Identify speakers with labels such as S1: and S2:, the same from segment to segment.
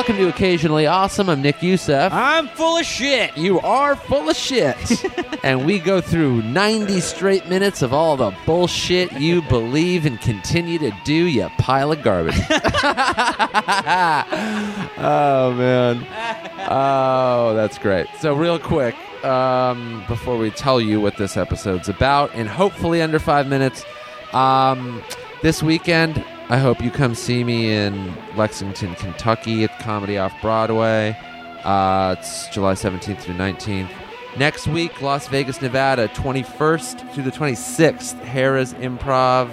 S1: Occasionally Awesome. I'm Nick Youssef.
S2: I'm full of shit.
S1: You are full of shit. and we go through 90 straight minutes of all the bullshit you believe and continue to do, you pile of garbage. oh, man. Oh, that's great. So, real quick, um, before we tell you what this episode's about, in hopefully under five minutes, um, this weekend, I hope you come see me in Lexington, Kentucky at Comedy Off Broadway. Uh, it's July 17th through 19th. Next week, Las Vegas, Nevada, 21st through the 26th, Harrah's Improv.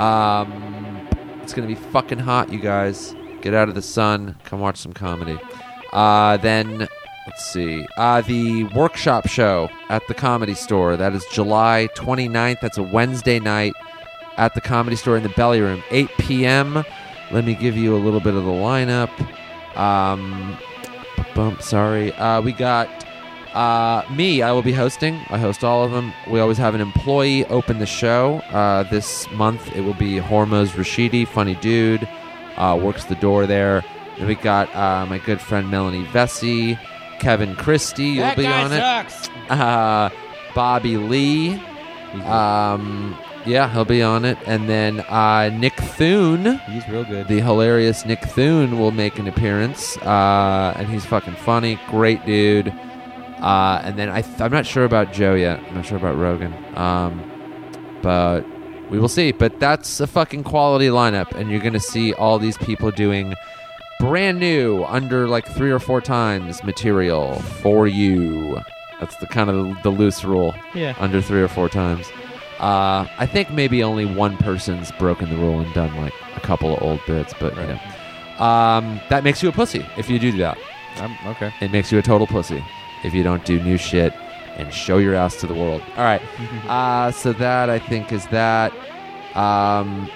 S1: Um, it's going to be fucking hot, you guys. Get out of the sun. Come watch some comedy. Uh, then, let's see, uh, the workshop show at the Comedy Store. That is July 29th. That's a Wednesday night at the Comedy Store in the Belly Room, 8 p.m. Let me give you a little bit of the lineup. Um, bump. Sorry. Uh, we got uh, me. I will be hosting. I host all of them. We always have an employee open the show. Uh, this month it will be Hormoz Rashidi, funny dude, uh, works the door there. Then we got uh, my good friend Melanie Vesey, Kevin Christie. You'll
S2: that
S1: be
S2: guy
S1: on
S2: sucks.
S1: it. Uh, Bobby Lee.
S3: He's,
S1: Um, yeah, he'll be on it. And then uh, Nick Thune.
S3: he's real good.
S1: The hilarious Nick Thune will make an appearance, uh, and he's fucking funny, great dude. Uh, and then I th- I'm not sure about Joe yet. I'm not sure about Rogan, um, but we will see. But that's a fucking quality lineup, and you're gonna see all these people doing brand new, under like three or four times material for you. That's the kind of the loose rule
S2: Yeah.
S1: under three or four times. Uh, I think maybe only one person's broken the rule and done like a couple of old bits, but you
S3: Right.
S1: know. um, that makes you a pussy if you do that.
S3: I'm, Um, okay.
S1: It makes you a total pussy if you don't do new shit and show your ass to the world. All right, uh, so that I think is that. Um,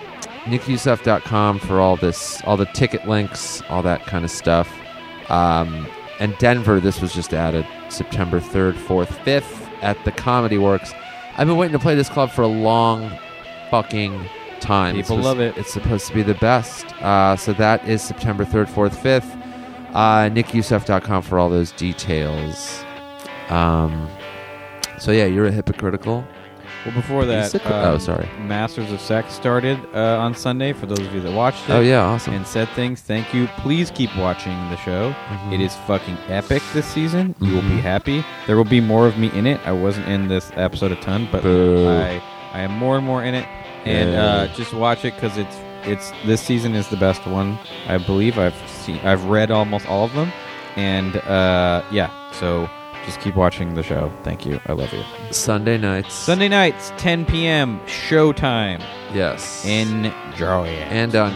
S1: NickYoussef.com for all this, all the ticket links, all that kind of stuff. Um, and Denver, this was just added September 3rd, 4th, 5th at the Comedy Works. I've been waiting to play this club for a long fucking time.
S3: People
S1: It's
S3: love it.
S1: It's supposed to be the best. Uh, so that is September 3rd, 4th, 5th. Uh, NickYoussef.com for all those details. Um, so yeah, you're a hypocritical.
S3: Well, before that,
S1: He's a-
S3: um,
S1: oh, sorry.
S3: Masters of Sex started uh, on Sunday. For those of you that watched it,
S1: Oh yeah, awesome.
S3: and said things. Thank you. Please keep watching the show. It is fucking epic this season. You will be
S1: Mhm.
S3: happy. There will be more of me in it. I wasn't in this episode a ton, but
S1: Boo.
S3: I I am more and more in it. And
S1: Yeah.
S3: uh, just watch it because it's it's this season is the best one I believe I've seen. I've read almost all of them, and uh, yeah. So just keep watching the show. Thank you. I love you.
S1: Sunday nights.
S3: Sunday nights, 10 p.m. Showtime.
S1: Yes.
S3: Enjoy it.
S1: and on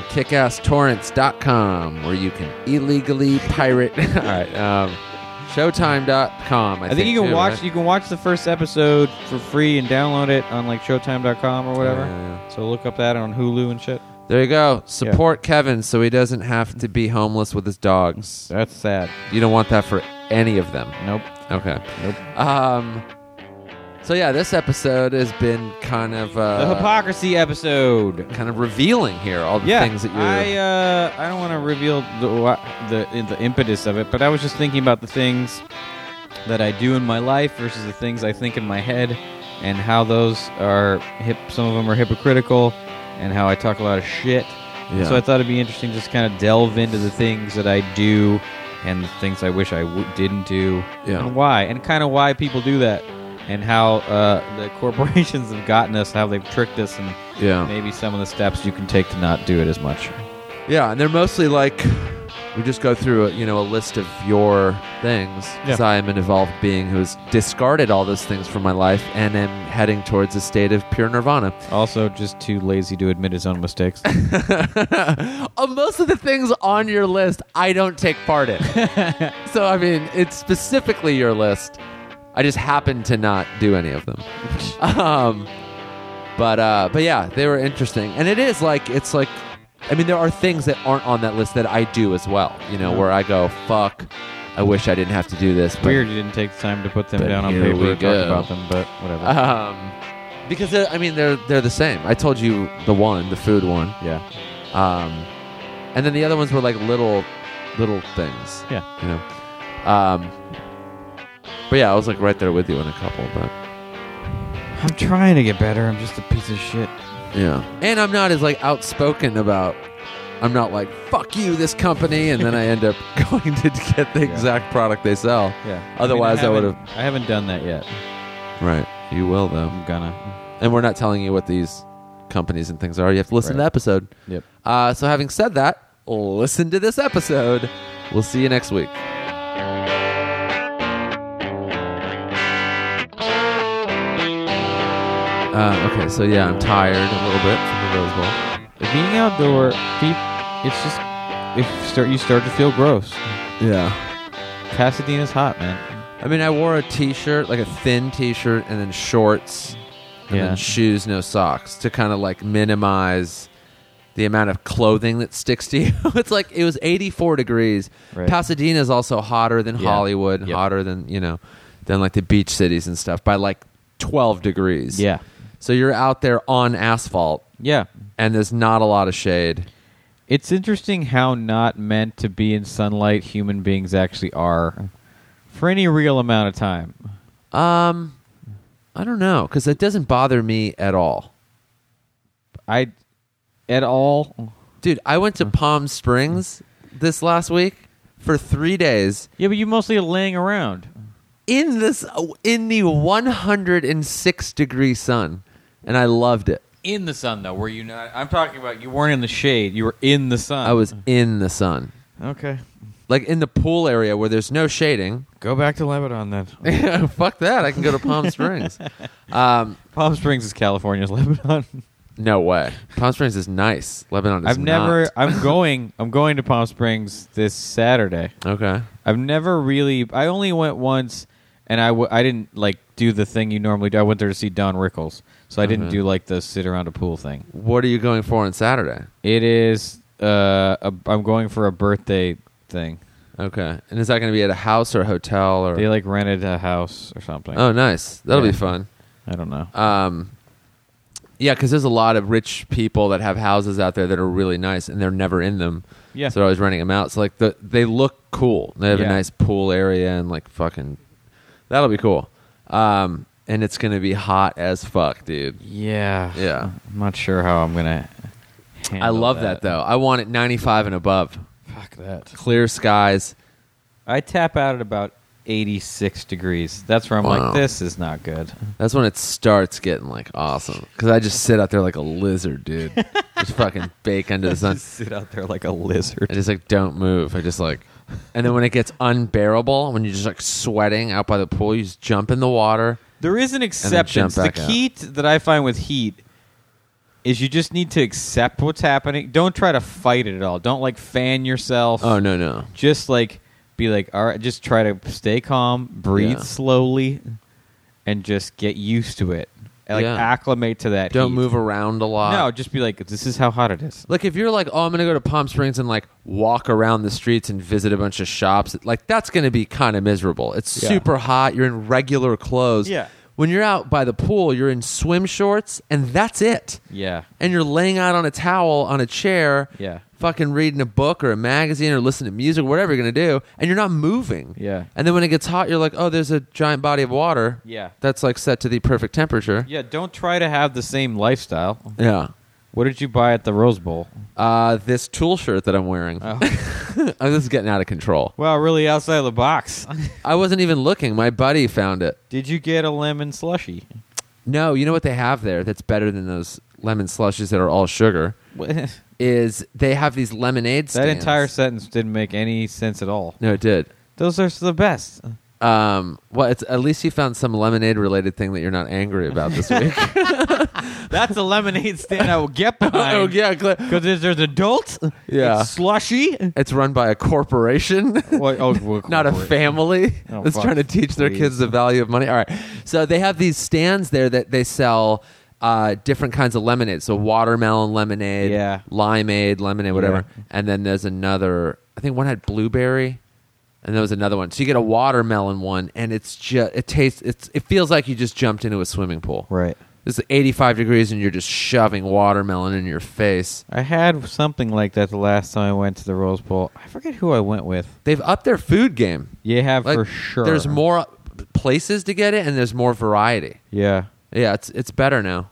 S1: kickasstorrents.com where you can illegally pirate. All right. Um, showtime.com. I,
S3: I, think, you can
S1: too,
S3: watch
S1: right?
S3: you can watch the first episode for free and download it on like Showtime.com or whatever.
S1: Yeah, yeah,
S3: So look up that on Hulu and shit.
S1: yeah. There you go. Support Kevin so he doesn't have to be homeless with his dogs.
S3: That's sad.
S1: You don't want that for any of them.
S3: Nope.
S1: Okay.
S3: Nope.
S1: Um. So yeah, this episode has been kind of
S3: the
S1: uh,
S3: hypocrisy episode.
S1: kind of revealing here all the
S3: Yeah,
S1: things that you're.
S3: I uh, I don't want to reveal the wha- the the impetus of it, but I was just thinking about the things that I do in my life versus the things I think in my head, and how those are hip. Some of them are hypocritical, and how I talk a lot of shit.
S1: yeah.
S3: uh, So I thought it'd be interesting just kind of delve into the things that I do and the things I wish I w- didn't do
S1: Yeah.
S3: and why, and kind of why people do that and how uh, the corporations have gotten us, how they've tricked us, and
S1: yeah.
S3: maybe some of the steps you can take to not do it as much.
S1: Yeah, and they're mostly like we just go through a, you know a list of your things because I am an evolved being who's discarded all those things from my life and am heading towards a state of pure nirvana.
S3: Also, just too lazy to admit his own mistakes.
S1: of Uh, most of the things on your list, I don't take part in. so I mean, it's specifically your list. I just happen to not do any of them. um, but uh, but yeah, they were interesting, and it is like it's like, I mean, there are things that aren't on that list that I do as well. You know, where I go, fuck, I wish I didn't have to do this. but-
S3: Weird you didn't take the time to put them
S1: But
S3: down on
S1: here
S3: paper
S1: we
S3: and
S1: go.
S3: talk about them, but whatever.
S1: um, because they're- I mean, they're they're the same. I told you the one, the food one.
S3: yeah.
S1: Um, and then the other ones were like little little things.
S3: Yeah.
S1: You know. Um, but yeah, I was like right there with you in a couple, but
S3: I'm trying to get better. I'm just a piece of shit.
S1: yeah. And I'm not as like outspoken about. I'm not like fuck you, this company, and then I end up going to get the
S3: Yeah.
S1: exact product they sell.
S3: Yeah.
S1: Otherwise, I
S3: haven't-
S1: would've-
S3: I haven't done that yet.
S1: Right. You will though.
S3: I'm gonna.
S1: and we're not telling you what these companies and things are. You have to listen to the
S3: Right.
S1: episode.
S3: Yep.
S1: Uh, so, having said that, listen to this episode. We'll see you next week. Uh, okay, so yeah, I'm tired a little bit from the Rose Bowl.
S3: Being outdoor, peep, it's just if start you start to feel gross.
S1: Yeah.
S3: Pasadena's hot, man.
S1: I mean, I wore a t-shirt, like a thin t-shirt, and then shorts, and
S3: Yeah.
S1: then shoes, no socks, to kind of like minimize the amount of clothing that sticks to you. it's like it was 84 degrees.
S3: Right.
S1: Pasadena is also hotter than
S3: Yeah.
S1: Hollywood,
S3: Yep.
S1: hotter than you know, than like the beach cities and stuff by like 12 degrees.
S3: Yeah.
S1: So you're out there on asphalt,
S3: Yeah.
S1: and there's not a lot of shade.
S3: It's interesting how not meant to be in sunlight human beings actually are for any real amount of time.
S1: Um, I don't know because it doesn't bother me at all.
S3: I at all.
S1: Dude, I went to Palm Springs this last week for three days
S3: Yeah, but you mostly are laying around.
S1: in this in the 106 degree sun, and I loved it.
S3: In the sun though, were you not? I'm talking about you weren't in the shade. You were in the sun.
S1: I was in the sun,
S3: okay.
S1: like in the pool area where there's no shading.
S3: Go back to Lebanon then.
S1: Fuck that! I can go to Palm Springs. Um,
S3: Palm Springs is California's Lebanon.
S1: no way. Palm Springs is nice. Lebanon is
S3: I've never.
S1: not.
S3: I'm going. I'm going to Palm Springs this Saturday.
S1: Okay.
S3: I've never really. I only went once, and I w- I didn't like do the thing you normally do. I went there to see Don Rickles, so I didn't
S1: Mhm.
S3: do like the sit around a pool thing.
S1: What are you going for on Saturday?
S3: It is. Uh, a, I'm going for a birthday thing.
S1: Okay. And is that going to be at a house or a hotel or?
S3: They like rented a house or something.
S1: oh, nice. That'll
S3: Yeah.
S1: be fun.
S3: I don't know.
S1: Um, yeah, because there's a lot of rich people that have houses out there that are really nice, and they're never in them.
S3: Yeah.
S1: so they're always renting them out. So like the they look cool. They have a
S3: Yeah.
S1: nice pool area and like fucking, that'll be cool. Um, and it's gonna be hot as fuck, dude.
S3: yeah.
S1: Yeah.
S3: I'm not sure how I'm gonna.
S1: I
S3: handle
S1: love that. though. I want it 95 and above,
S3: Fuck that.
S1: clear skies.
S3: I tap out at about 86 degrees. That's where I'm
S1: Wow.
S3: like, this is not good.
S1: That's when it starts getting like awesome. Because I just sit out there like a lizard, dude. just fucking bake under the sun.
S3: Just sit out there like a
S1: I
S3: lizard.
S1: just like don't move. I just like, and then when it gets unbearable, when you're just like sweating out by the pool, you just jump in the water.
S3: There is an exception. The
S1: back out.
S3: key t- that I find with heat is you just need to accept what's happening. Don't try to fight it at all. Don't like fan yourself.
S1: Oh no no.
S3: Just like be like, all right, just try to stay calm, breathe
S1: Yeah.
S3: slowly, and just get used to it. And, Like
S1: Yeah.
S3: acclimate to that.
S1: Don't
S3: heat.
S1: move around a lot.
S3: No, just be like, this is how hot it is.
S1: Like if you're like, oh, I'm gonna go to Palm Springs and like walk around the streets and visit a bunch of shops, like that's gonna be kind of miserable. It's
S3: Yeah.
S1: super hot. You're in regular clothes.
S3: Yeah.
S1: When you're out by the pool, you're in swim shorts, and that's it.
S3: Yeah.
S1: and you're laying out on a towel on a chair,
S3: Yeah.
S1: fucking reading a book or a magazine or listening to music, whatever you're gonna do, and you're not moving.
S3: Yeah.
S1: And then when it gets hot, you're like, oh, there's a giant body of water.
S3: Yeah.
S1: That's like set to the perfect temperature.
S3: Yeah, don't try to have the same lifestyle.
S1: Yeah.
S3: What did you buy at the Rose Bowl?
S1: Uh, this tool shirt that I'm wearing.
S3: Oh.
S1: Oh, this is getting out of control.
S3: wow, really outside of the box.
S1: I wasn't even looking. My buddy found it.
S3: did you get a lemon slushy?
S1: No, you know what they have there that's better than those lemon slushies that are all sugar
S3: that
S1: is they have these lemonade stands.
S3: entire sentence didn't make any sense at all.
S1: No, it did.
S3: Those are the best.
S1: Um, well, it's, at least you found some lemonade related thing that you're not angry about this week.
S3: That's a lemonade stand I will get behind.
S1: oh, yeah. cl-
S3: Because there's, there's adult,
S1: Yeah.
S3: it's slushy.
S1: It's run by a corporation,
S3: What- oh, well,
S1: not a
S3: corporate.
S1: family
S3: Oh,
S1: that's
S3: fuck.
S1: trying to teach their
S3: Please.
S1: kids the value of money. All right. So they have these stands there that they sell uh, different kinds of lemonade. So watermelon lemonade,
S3: Yeah.
S1: limeade, lemonade, whatever.
S3: Yeah.
S1: And then there's another, I think one had blueberry. And there was another one. So you get a watermelon one, and it's just it tastes it's it feels like you just jumped into a swimming pool.
S3: Right.
S1: This is 85 degrees, and you're just shoving watermelon in your face.
S3: I had something like that the last time I went to the Rose Bowl. I forget who I went with.
S1: They've upped their food game.
S3: You have
S1: Like,
S3: for sure.
S1: There's more places to get it, and there's more variety.
S3: Yeah,
S1: Yeah, it's it's better now.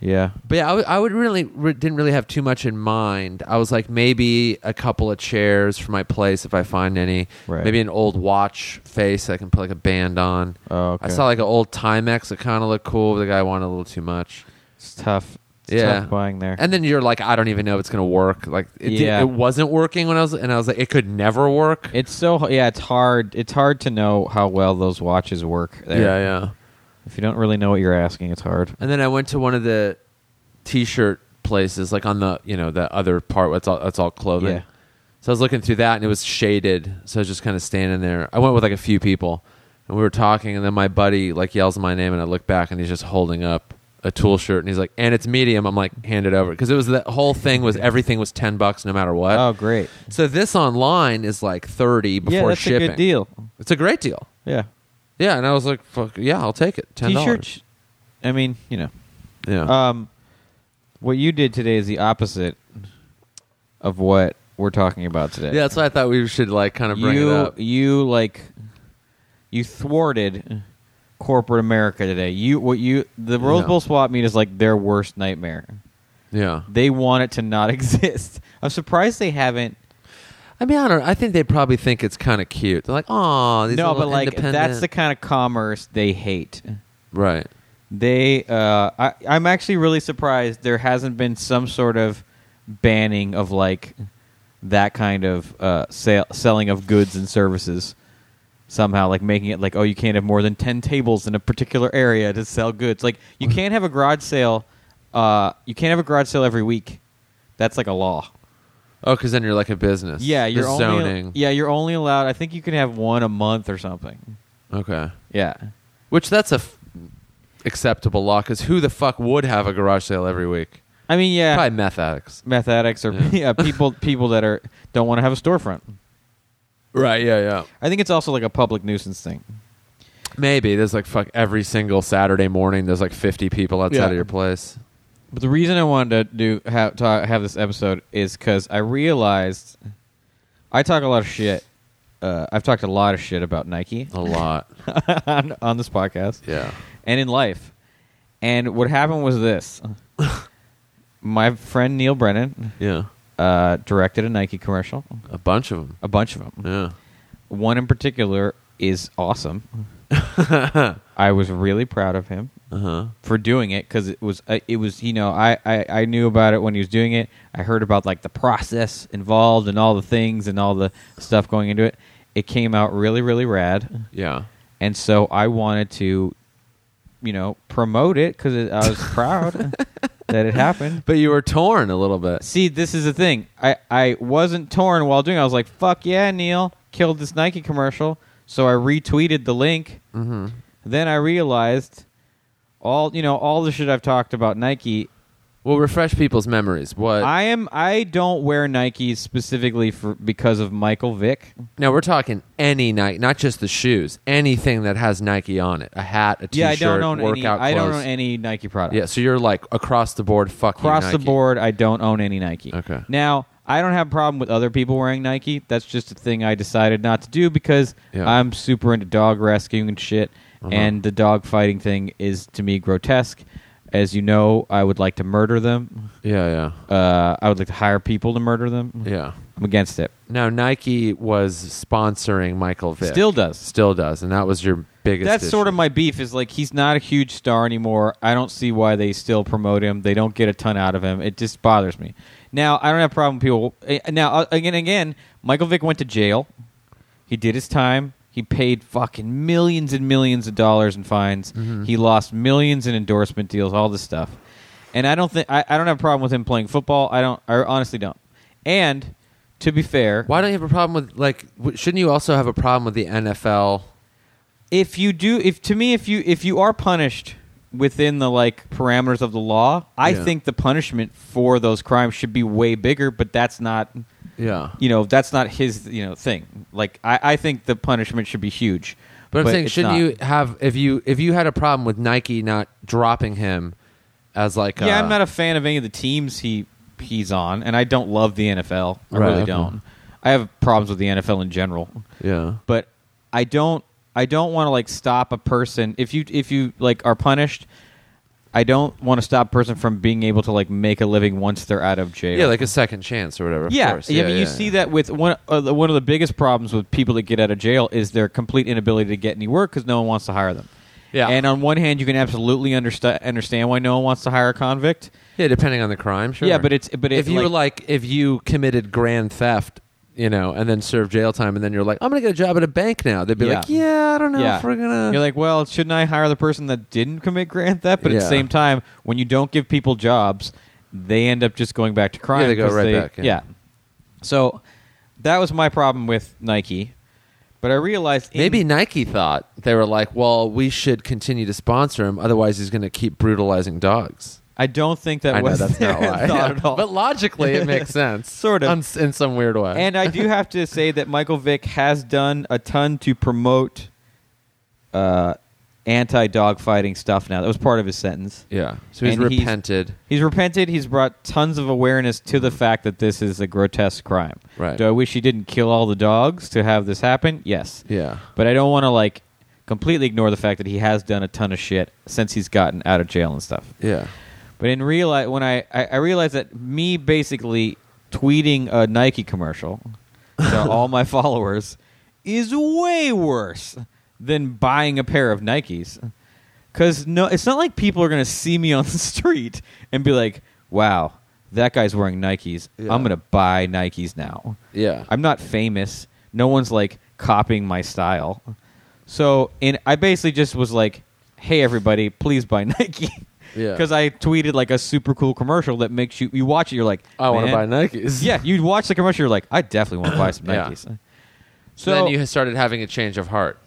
S3: yeah.
S1: But yeah, I would- I would really re- didn't really have too much in mind. I was like maybe a couple of chairs for my place if I find any.
S3: Right.
S1: Maybe an old watch face I can put like a band on.
S3: Oh, okay.
S1: I saw like an old Timex that kind of looked cool, but the guy wanted a little too much.
S3: It's tough. It's
S1: Yeah.
S3: tough buying there.
S1: And then you're like, I don't even know if it's gonna work. Like it, did-
S3: Yeah.
S1: it wasn't working when I was, and I was like, it could never work.
S3: it's so yeah. It's hard. It's hard to know how well those watches work. There.
S1: Yeah, yeah.
S3: If you don't really know what you're asking, it's hard.
S1: And then I went to one of the t-shirt places, like on the you know the other part that's all that's all clothing.
S3: Yeah.
S1: So I was looking through that, and it was shaded. So I was just kind of standing there. I went with like a few people, and we were talking, and then my buddy like yells my name, and I look back, and he's just holding up a tool shirt, and he's like, "And it's medium." I'm like, "Hand it over," because it was the whole thing was everything was ten bucks no matter what.
S3: oh, great.
S1: So this online is like thirty before
S3: yeah, that's
S1: shipping.
S3: a good deal.
S1: It's a great deal.
S3: Yeah.
S1: Yeah, and I was like, "Fuck yeah, I'll take it." Ten
S3: T-shirts. I mean, you know.
S1: Yeah.
S3: Um, what you did today is the opposite of what we're talking about today.
S1: Yeah, that's why I thought we should like kind of bring
S3: you
S1: it up.
S3: you like you thwarted corporate America today. You what you the Rose
S1: Yeah.
S3: Bowl swap meet is like their worst nightmare.
S1: Yeah,
S3: They want it to not exist. I'm surprised they haven't.
S1: I mean, I don't. I think they probably think it's kind of cute. They're like, oh, these
S3: no,
S1: little
S3: but like that's
S1: independent-"
S3: the kind of commerce they hate.
S1: right.
S3: They, uh, I, I'm actually really surprised there hasn't been some sort of banning of like that kind of uh, sale, selling of goods and services somehow, like making it like, oh, you can't have more than 10 tables in a particular area to sell goods. Like, you can't have a garage sale, uh, you can't have a garage sale every week. That's like a law.
S1: Oh, because then you're like a business.
S3: Yeah,
S1: The
S3: you're only,
S1: zoning.
S3: Yeah, you're only allowed. I think you can have one a month or something.
S1: Okay.
S3: Yeah,
S1: Which that's a f- acceptable law because who the fuck would have a garage sale every week?
S3: I mean, yeah,
S1: Probably meth addicts.
S3: meth addicts or
S1: Yeah.
S3: yeah. people people that are don't want to have a storefront.
S1: Right. Yeah. Yeah.
S3: I think it's also like a public nuisance thing.
S1: Maybe there's like fuck every single Saturday morning. There's like 50 people outside
S3: Yeah.
S1: of your place.
S3: But the reason I wanted to do have talk, have this episode is because I realized I talk a lot of shit. Uh, I've talked a lot of shit about Nike
S1: A lot.
S3: on, on this podcast.
S1: yeah.
S3: and in life. And what happened was this: my friend Neil Brennan
S1: Yeah.
S3: uh, directed a Nike commercial,
S1: A bunch of them.
S3: a bunch of them.
S1: Yeah.
S3: One in particular is awesome. I was really proud of him
S1: Uh huh.
S3: for doing it because it was uh, it was you know I, I I knew about it when he was doing it. I heard about like the process involved and all the things and all the stuff going into it. It came out really really rad,
S1: Yeah.
S3: and so I wanted to, you know, promote it because I was proud that it happened.
S1: But you were torn a little bit.
S3: See, this is the thing. I, I wasn't torn while doing it. I was like, fuck yeah, Neil killed this Nike commercial. So I retweeted the link.
S1: Mm-hmm.
S3: Then I realized all you know, all the shit I've talked about Nike.
S1: Well, refresh people's memories. What?
S3: I am I don't wear Nikes specifically for because of Michael Vick.
S1: now we're talking any night, not just the shoes. Anything that has Nike on it, a hat, a t-shirt,
S3: yeah, I don't own
S1: workout
S3: any I don't
S1: clothes.
S3: own any Nike product.
S1: Yeah, so you're like across the board, fucking
S3: Across the
S1: Nike.
S3: board, I don't own any Nike.
S1: Okay.
S3: Now, I don't have a problem with other people wearing Nike. That's just a thing I decided not to do because
S1: Yeah. Uh-huh.
S3: I'm super into dog rescuing and shit, and the dog fighting thing is to me grotesque. As you know, I would like to murder them.
S1: Yeah,
S3: Uh, I would like to hire people to murder them.
S1: yeah, yeah.
S3: I'm against it.
S1: Now Nike was sponsoring Michael Vick.
S3: Still does.
S1: still does, and that was your biggest.
S3: That's sort
S1: issue.
S3: of my beef. Is like he's not a huge star anymore. I don't see why they still promote him. They don't get a ton out of him. It just bothers me. Now I don't have a problem. with People eh, now uh, again again. Michael Vick went to jail. He did his time. He paid fucking millions and millions of dollars in fines.
S1: Mm-hmm.
S3: He lost millions in endorsement deals. All this stuff. And I don't think I, I don't have a problem with him playing football. I don't. I honestly don't. And to be fair,
S1: Why don't you have a problem with like? w- Shouldn't you also have a problem with the NFL?
S3: if you do if to me if you if you are punished within the like parameters of the law i
S1: Yeah.
S3: think the punishment for those crimes should be way bigger but that's not
S1: Yeah,
S3: you know that's not his you know thing like i, I think the punishment should be huge
S1: But, I'm saying,
S3: it's
S1: shouldn't
S3: not.
S1: you have if you if you had a problem with Nike not dropping him, as like
S3: yeah,
S1: i
S3: I'm not a fan of any of the teams he he's on, and I don't love the NFL. I
S1: Right,
S3: really
S1: okay.
S3: don't. I have problems with the NFL in general,
S1: yeah
S3: but I don't. I don't want to like stop a person if you if you like are punished. I don't want to stop a person from being able to like make a living once they're out of jail.
S1: yeah like a second chance or whatever of
S3: yeah,
S1: course.
S3: yeah, but you see that with one uh, the- one of the biggest problems with people that get out of jail is their complete inability to get any work because no one wants to hire them.
S1: Yeah.
S3: and on one hand, you can absolutely understa- understand why no one wants to hire a convict.
S1: yeah depending on the crime sure
S3: Yeah, but it's but
S1: if
S3: it,
S1: you
S3: like,
S1: were like if you committed grand theft you know and then served jail time and then you're like i'm gonna get a job at a bank now they'd be
S3: Yeah.
S1: like yeah i don't know
S3: yeah,
S1: if we're gonna
S3: you're like, well, shouldn't I hire the person that didn't commit grand theft? But at
S1: Yeah.
S3: the same time, when you don't give people jobs, they end up just going back to crime.
S1: Yeah, they go
S3: 'cause
S1: right back, yeah.
S3: So that was my problem with Nike, but I realized in-
S1: Maybe Nike thought they were like, well, we should continue to sponsor him, otherwise he's going to keep brutalizing dogs.
S3: I don't think that
S1: I know
S3: was
S1: that's not
S3: their
S1: why,
S3: thought at all.
S1: but logically it makes sense,
S3: Sort of.
S1: on- in some weird way.
S3: and I do have to say that Michael Vick has done a ton to promote uh, anti dog fighting stuff. Now that was part of his sentence.
S1: yeah, so he's
S3: and he's-
S1: repented.
S3: He's repented. He's brought tons of awareness to the fact that this is a grotesque crime.
S1: Right.
S3: Do I wish he didn't kill all the dogs to have this happen? Yes.
S1: yeah,
S3: But I don't want to like completely ignore the fact that he has done a ton of shit since he's gotten out of jail and stuff.
S1: yeah,
S3: But in reali when I, I I realized that me basically tweeting a Nike commercial to all my followers is way worse than buying a pair of Nikes. Cause no, it's not like people are gonna see me on the street and be like, "Wow, that guy's wearing Nikes.
S1: Yeah.
S3: I'm gonna buy Nikes now."
S1: yeah.
S3: I'm not famous. No one's like copying my style. So, and I basically just was like, "Hey, everybody, please buy Nike."
S1: Yeah.
S3: Because I tweeted like a super cool commercial that makes you you watch it. You're like,
S1: I want to
S3: "Man."
S1: buy Nikes.
S3: Yeah, you watch the commercial. You're like, I definitely want to buy some
S1: Yeah.
S3: Nikes.
S1: So then you started having a change of heart.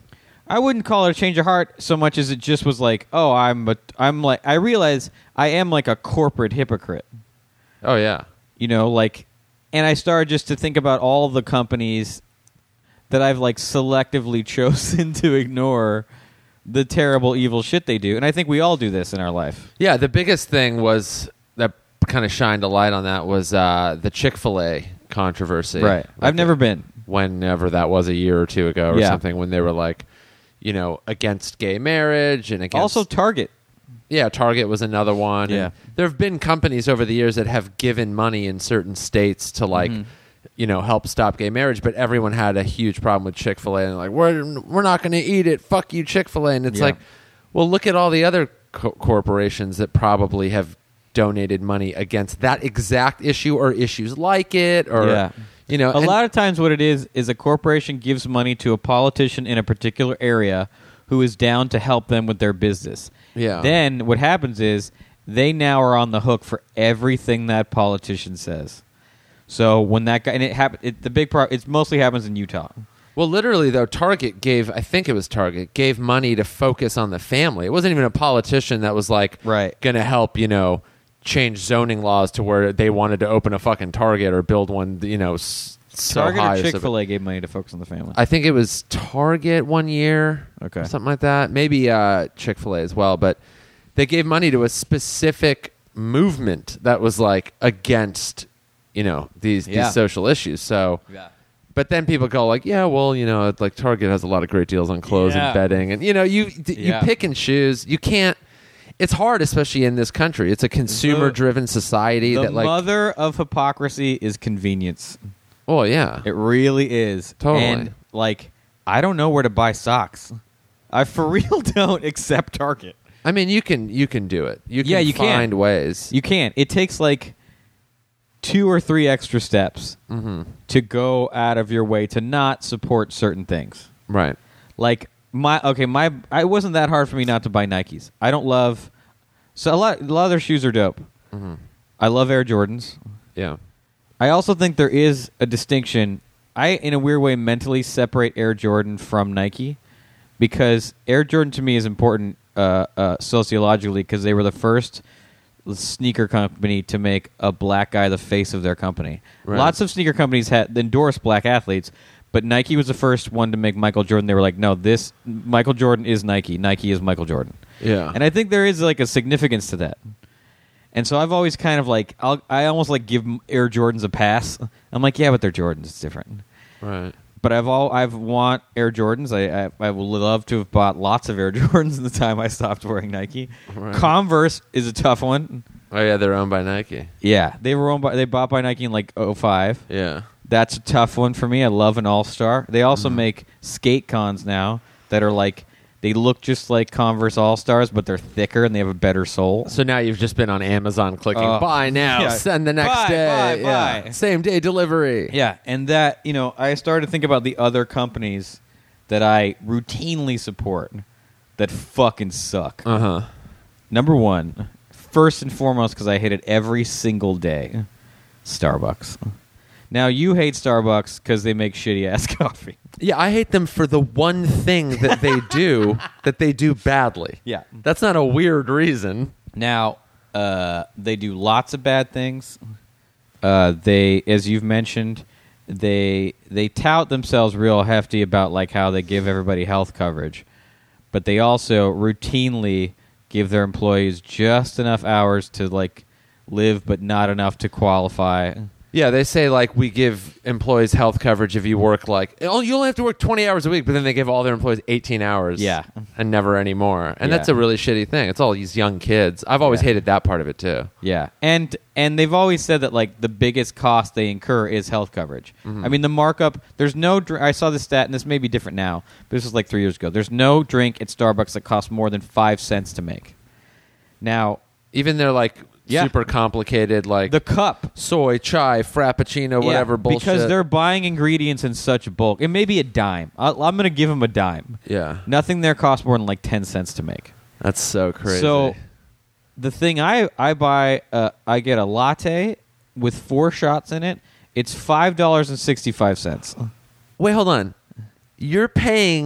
S3: I wouldn't call it a change of heart so much as it just was like, oh, I'm a, I'm like, I realize I am like a corporate hypocrite.
S1: Oh yeah,
S3: you know like and i started just to think about all the companies that i've like selectively chosen to ignore the terrible evil shit they do and i think we all do this in our life
S1: yeah. The biggest thing was that kind of shined a light on that was uh, the Chick Fil A controversy.
S3: right i've
S1: never.
S3: never been
S1: whenever that was a year or two ago or
S3: Yeah.
S1: something when they were like you know against gay marriage and against
S3: also target
S1: yeah target was another one
S3: Yeah.
S1: and there have been companies over the years that have given money in certain states
S3: Mm-hmm.
S1: to like you know help stop gay marriage but everyone had a huge problem with chick-fil-a and like we're, we're not going to eat it fuck you chick-fil-a and it's
S3: Yeah.
S1: like well look at all the other co- corporations that probably have donated money against that exact issue or issues like it or
S3: Yeah.
S1: you know
S3: a
S1: and-
S3: lot of times what it is is a corporation gives money to a politician in a particular area who is down to help them with their business
S1: Yeah.
S3: then what happens is they now are on the hook for everything that politician says so when that guy and it happened it, the big part it mostly happens in utah
S1: Well, literally though, Target gave I think it was Target gave money to focus on the family. It wasn't even a politician that was like
S3: Right.
S1: going to help, you know, change zoning laws to where they wanted to open a fucking Target or build one, you know, s- so
S3: target
S1: high
S3: or
S1: so-
S3: chick-fil-a gave money to focus on the family
S1: I think it was Target one year,
S3: Okay.
S1: or something like that. Maybe uh, Chick Fil A as well, but they gave money to a specific movement that was like against, you know, these
S3: Yeah.
S1: these social issues. So
S3: Yeah.
S1: But then people go like, yeah, well, you know, like Target has a lot of great deals on clothes
S3: Yeah.
S1: and bedding, and you know, you d-
S3: Yeah.
S1: you pick and choose. You can't. It's hard, especially in this country. It's a consumer-driven society
S3: the
S1: that, like,
S3: mother of hypocrisy is convenience
S1: oh yeah,
S3: It really is.
S1: Totally.
S3: And like, I don't know where to buy socks. I for real don't except Target.
S1: I mean, you can you can do it. You can
S3: Yeah, you can.
S1: find ways.
S3: You can't. It takes like two or three extra steps to go out of your way to not support certain things.
S1: right.
S3: Like my okay, my it wasn't that hard for me not to buy Nikes. I don't love so a lot. A lot of their shoes are dope. I love Air Jordans.
S1: Yeah.
S3: I also think there is a distinction. I, in a weird way, mentally separate Air Jordan from Nike because Air Jordan to me is important uh, uh, sociologically because they were the first sneaker company to make a black guy the face of their company.
S1: Right.
S3: Lots of sneaker companies had endorsed black athletes, but Nike was the first one to make Michael Jordan. They were like, no, this Michael Jordan is Nike. Nike is Michael Jordan.
S1: Yeah.
S3: And I think there is like a significance to that. And so I've always kind of like I'll, I almost like give Air Jordans a pass. I'm like, yeah, but they're Jordans. It's different.
S1: Right.
S3: But I've all I've want Air Jordans. I I, I would love to have bought lots of Air Jordans in the time I stopped wearing Nike.
S1: Right.
S3: Converse is a tough one.
S1: Oh yeah, they're owned by Nike.
S3: Yeah, they were owned by they bought by Nike in like 05.
S1: Yeah.
S3: That's a tough one for me. I love an All Star. They also make skate cons now that are like they look just like Converse All Stars, but they're thicker and they have a better sole.
S1: So now you've just been on Amazon clicking
S3: Oh.
S1: buy now,
S3: Yeah.
S1: send the next
S3: Buy,
S1: day,
S3: buy,
S1: yeah.
S3: buy.
S1: same day delivery.
S3: Yeah, and that you know, I started to think about the other companies that I routinely support that fucking suck.
S1: Uh huh.
S3: Number one, first and foremost, because I hate it every single day. Starbucks. Now you hate Starbucks because they make shitty ass coffee.
S1: Yeah, I hate them for the one thing that they do that they do badly.
S3: Yeah.
S1: That's not a weird reason.
S3: Now, uh, they do lots of bad things. Uh, they, as you've mentioned, they they tout themselves real hefty about like how they give everybody health coverage, but they also routinely give their employees just enough hours to like live, but not enough to qualify.
S1: Yeah, they say like we give employees health coverage if you work like oh you only have to work twenty hours a week, but then they give all their employees eighteen hours.
S3: Yeah.
S1: and never any more. And
S3: Yeah.
S1: that's a really shitty thing. It's all these young kids. I've always
S3: Yeah.
S1: hated that part of it too.
S3: Yeah, and and they've always said that like the biggest cost they incur is health coverage.
S1: Mm-hmm.
S3: I mean, the markup. There's no. dr- I saw this stat, and this may be different now, but this was like three years ago. There's no drink at Starbucks that costs more than five cents to make. Now,
S1: Even they're like
S3: Yeah.
S1: super complicated like
S3: the cup,
S1: soy chai frappuccino
S3: Yeah,
S1: whatever bullshit
S3: because they're buying ingredients in such bulk. It may be a dime. i I'm going to give them a dime.
S1: yeah
S3: Nothing there costs more than like ten cents to make.
S1: that's so crazy
S3: So the thing I I buy uh, I get a latte with four shots in it. It's five dollars and sixty five cents.
S1: wait hold on you're paying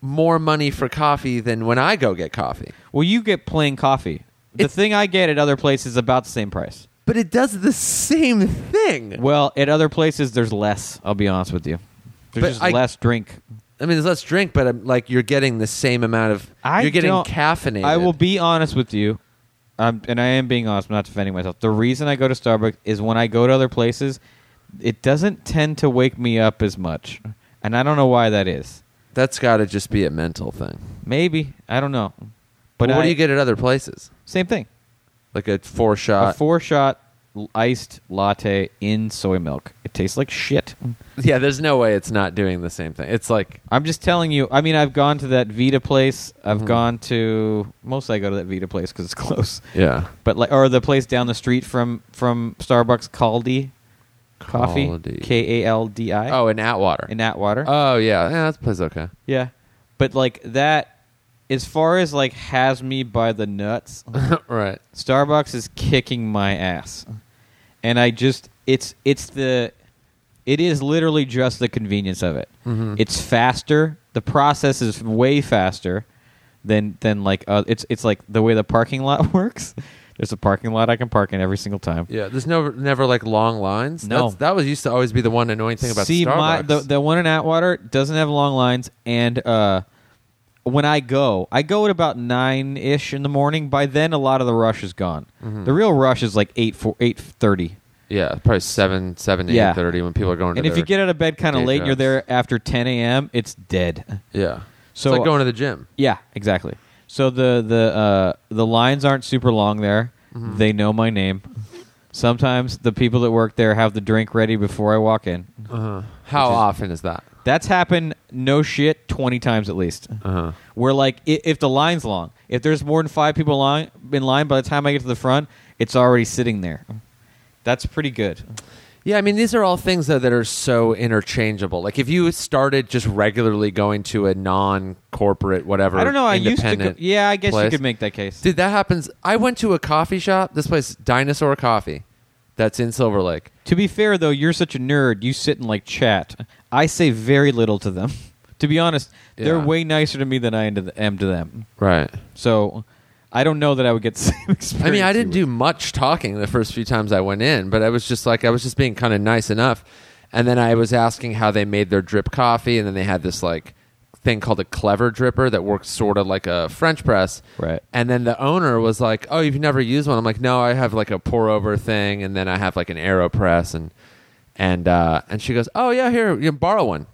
S1: more money for coffee than when i go get coffee
S3: Well, you get plain coffee. The
S1: It's-
S3: thing I get at other places is about the same price.
S1: but it does the same thing
S3: Well, at other places there's less. I'll be honest with you. There's
S1: But
S3: just
S1: I-
S3: less drink.
S1: i mean there's less drink but um, like you're getting the same amount of
S3: I
S1: you're getting
S3: don't-
S1: caffeinated
S3: I will be honest with you, um, and I am being honest. I'm not defending myself. The reason I go to Starbucks is when I go to other places, it doesn't tend to wake me up as much, and I don't know why that is.
S1: that's got to just be a mental thing
S3: Maybe I don't know.
S1: but
S3: But
S1: what
S3: I-
S1: do you get at other places
S3: Same thing.
S1: like a four shot
S3: a four shot iced latte in soy milk. It tastes like shit.
S1: yeah there's no way it's not doing the same thing it's like
S3: I'm just telling you. I mean, I've gone to that Vita place. I've
S1: Mm-hmm.
S3: gone to mostly I go to that Vita place because it's close.
S1: yeah
S3: But like, or the place down the street from from Starbucks, Caldi Coffee,
S1: Caldi.
S3: K A L D I.
S1: oh in atwater
S3: in Atwater.
S1: Oh yeah, yeah, that plays okay.
S3: yeah, but like that, as far as like has me by the nuts.
S1: right.
S3: Starbucks is kicking my ass. And I just it's it's the it is literally just the convenience of it.
S1: Mhm.
S3: It's faster. The process is way faster than than like uh, it's it's like the way the parking lot works. There's a parking lot I can park in every single time.
S1: Yeah, there's no never like long lines.
S3: No.
S1: That's- that was used to always be the one annoying thing about
S3: See
S1: Starbucks.
S3: my the the one in Atwater doesn't have long lines and uh when I go, I go at about nine ish in the morning. By then, a lot of the rush is gone.
S1: Mm-hmm.
S3: The real rush is like eight four eight thirty.
S1: yeah, probably seven seven to
S3: Yeah.
S1: eight thirty when people are going. To
S3: And if you
S1: their-
S3: get out of bed kind of
S1: day
S3: late and you're
S1: jobs.
S3: there after 10 a.m., it's dead.
S1: yeah,
S3: So-
S1: it's like going to the gym.
S3: Yeah, exactly. So the the uh, the lines aren't super long there.
S1: Mm-hmm.
S3: They know my name. Sometimes the people that work there have the drink ready before I walk in.
S1: Uh-huh. How
S3: Which is-
S1: often is that?
S3: That's happened no shit 20 times at least.
S1: Uh-huh.
S3: Where like i- if the line's long, if there's more than 5 people line, in line by the time I get to the front, it's already sitting there. That's pretty good.
S1: Yeah, I mean these are all things though that are so interchangeable. Like if you started just regularly going to a non-corporate whatever.
S3: I don't know, I used to go,
S1: independent
S3: Yeah, I guess you
S1: place.
S3: could make that case.
S1: Dude, that happens. I went to a coffee shop. This place, Dinosaur Coffee, that's in Silver Lake.
S3: To be fair, though, you're such a nerd. You sit and like chat. I say very little to them. to be honest, they're
S1: Yeah.
S3: way nicer to me than I am to, th- am to them.
S1: Right.
S3: So I don't know that I would get the same experience.
S1: I mean, I didn't
S3: you
S1: do much talking the first few times I went in, but I was just like, I was just being kind of nice enough. And then I was asking how they made their drip coffee, and then they had this like thing called a clever dripper that works sort of like a French press.
S3: Right.
S1: And then the owner was like, "Oh, you've never used one." I'm like, "No, I have like a pour over thing, and then I have like an Aeropress, and and uh, and she goes, "Oh yeah, here you can borrow one,"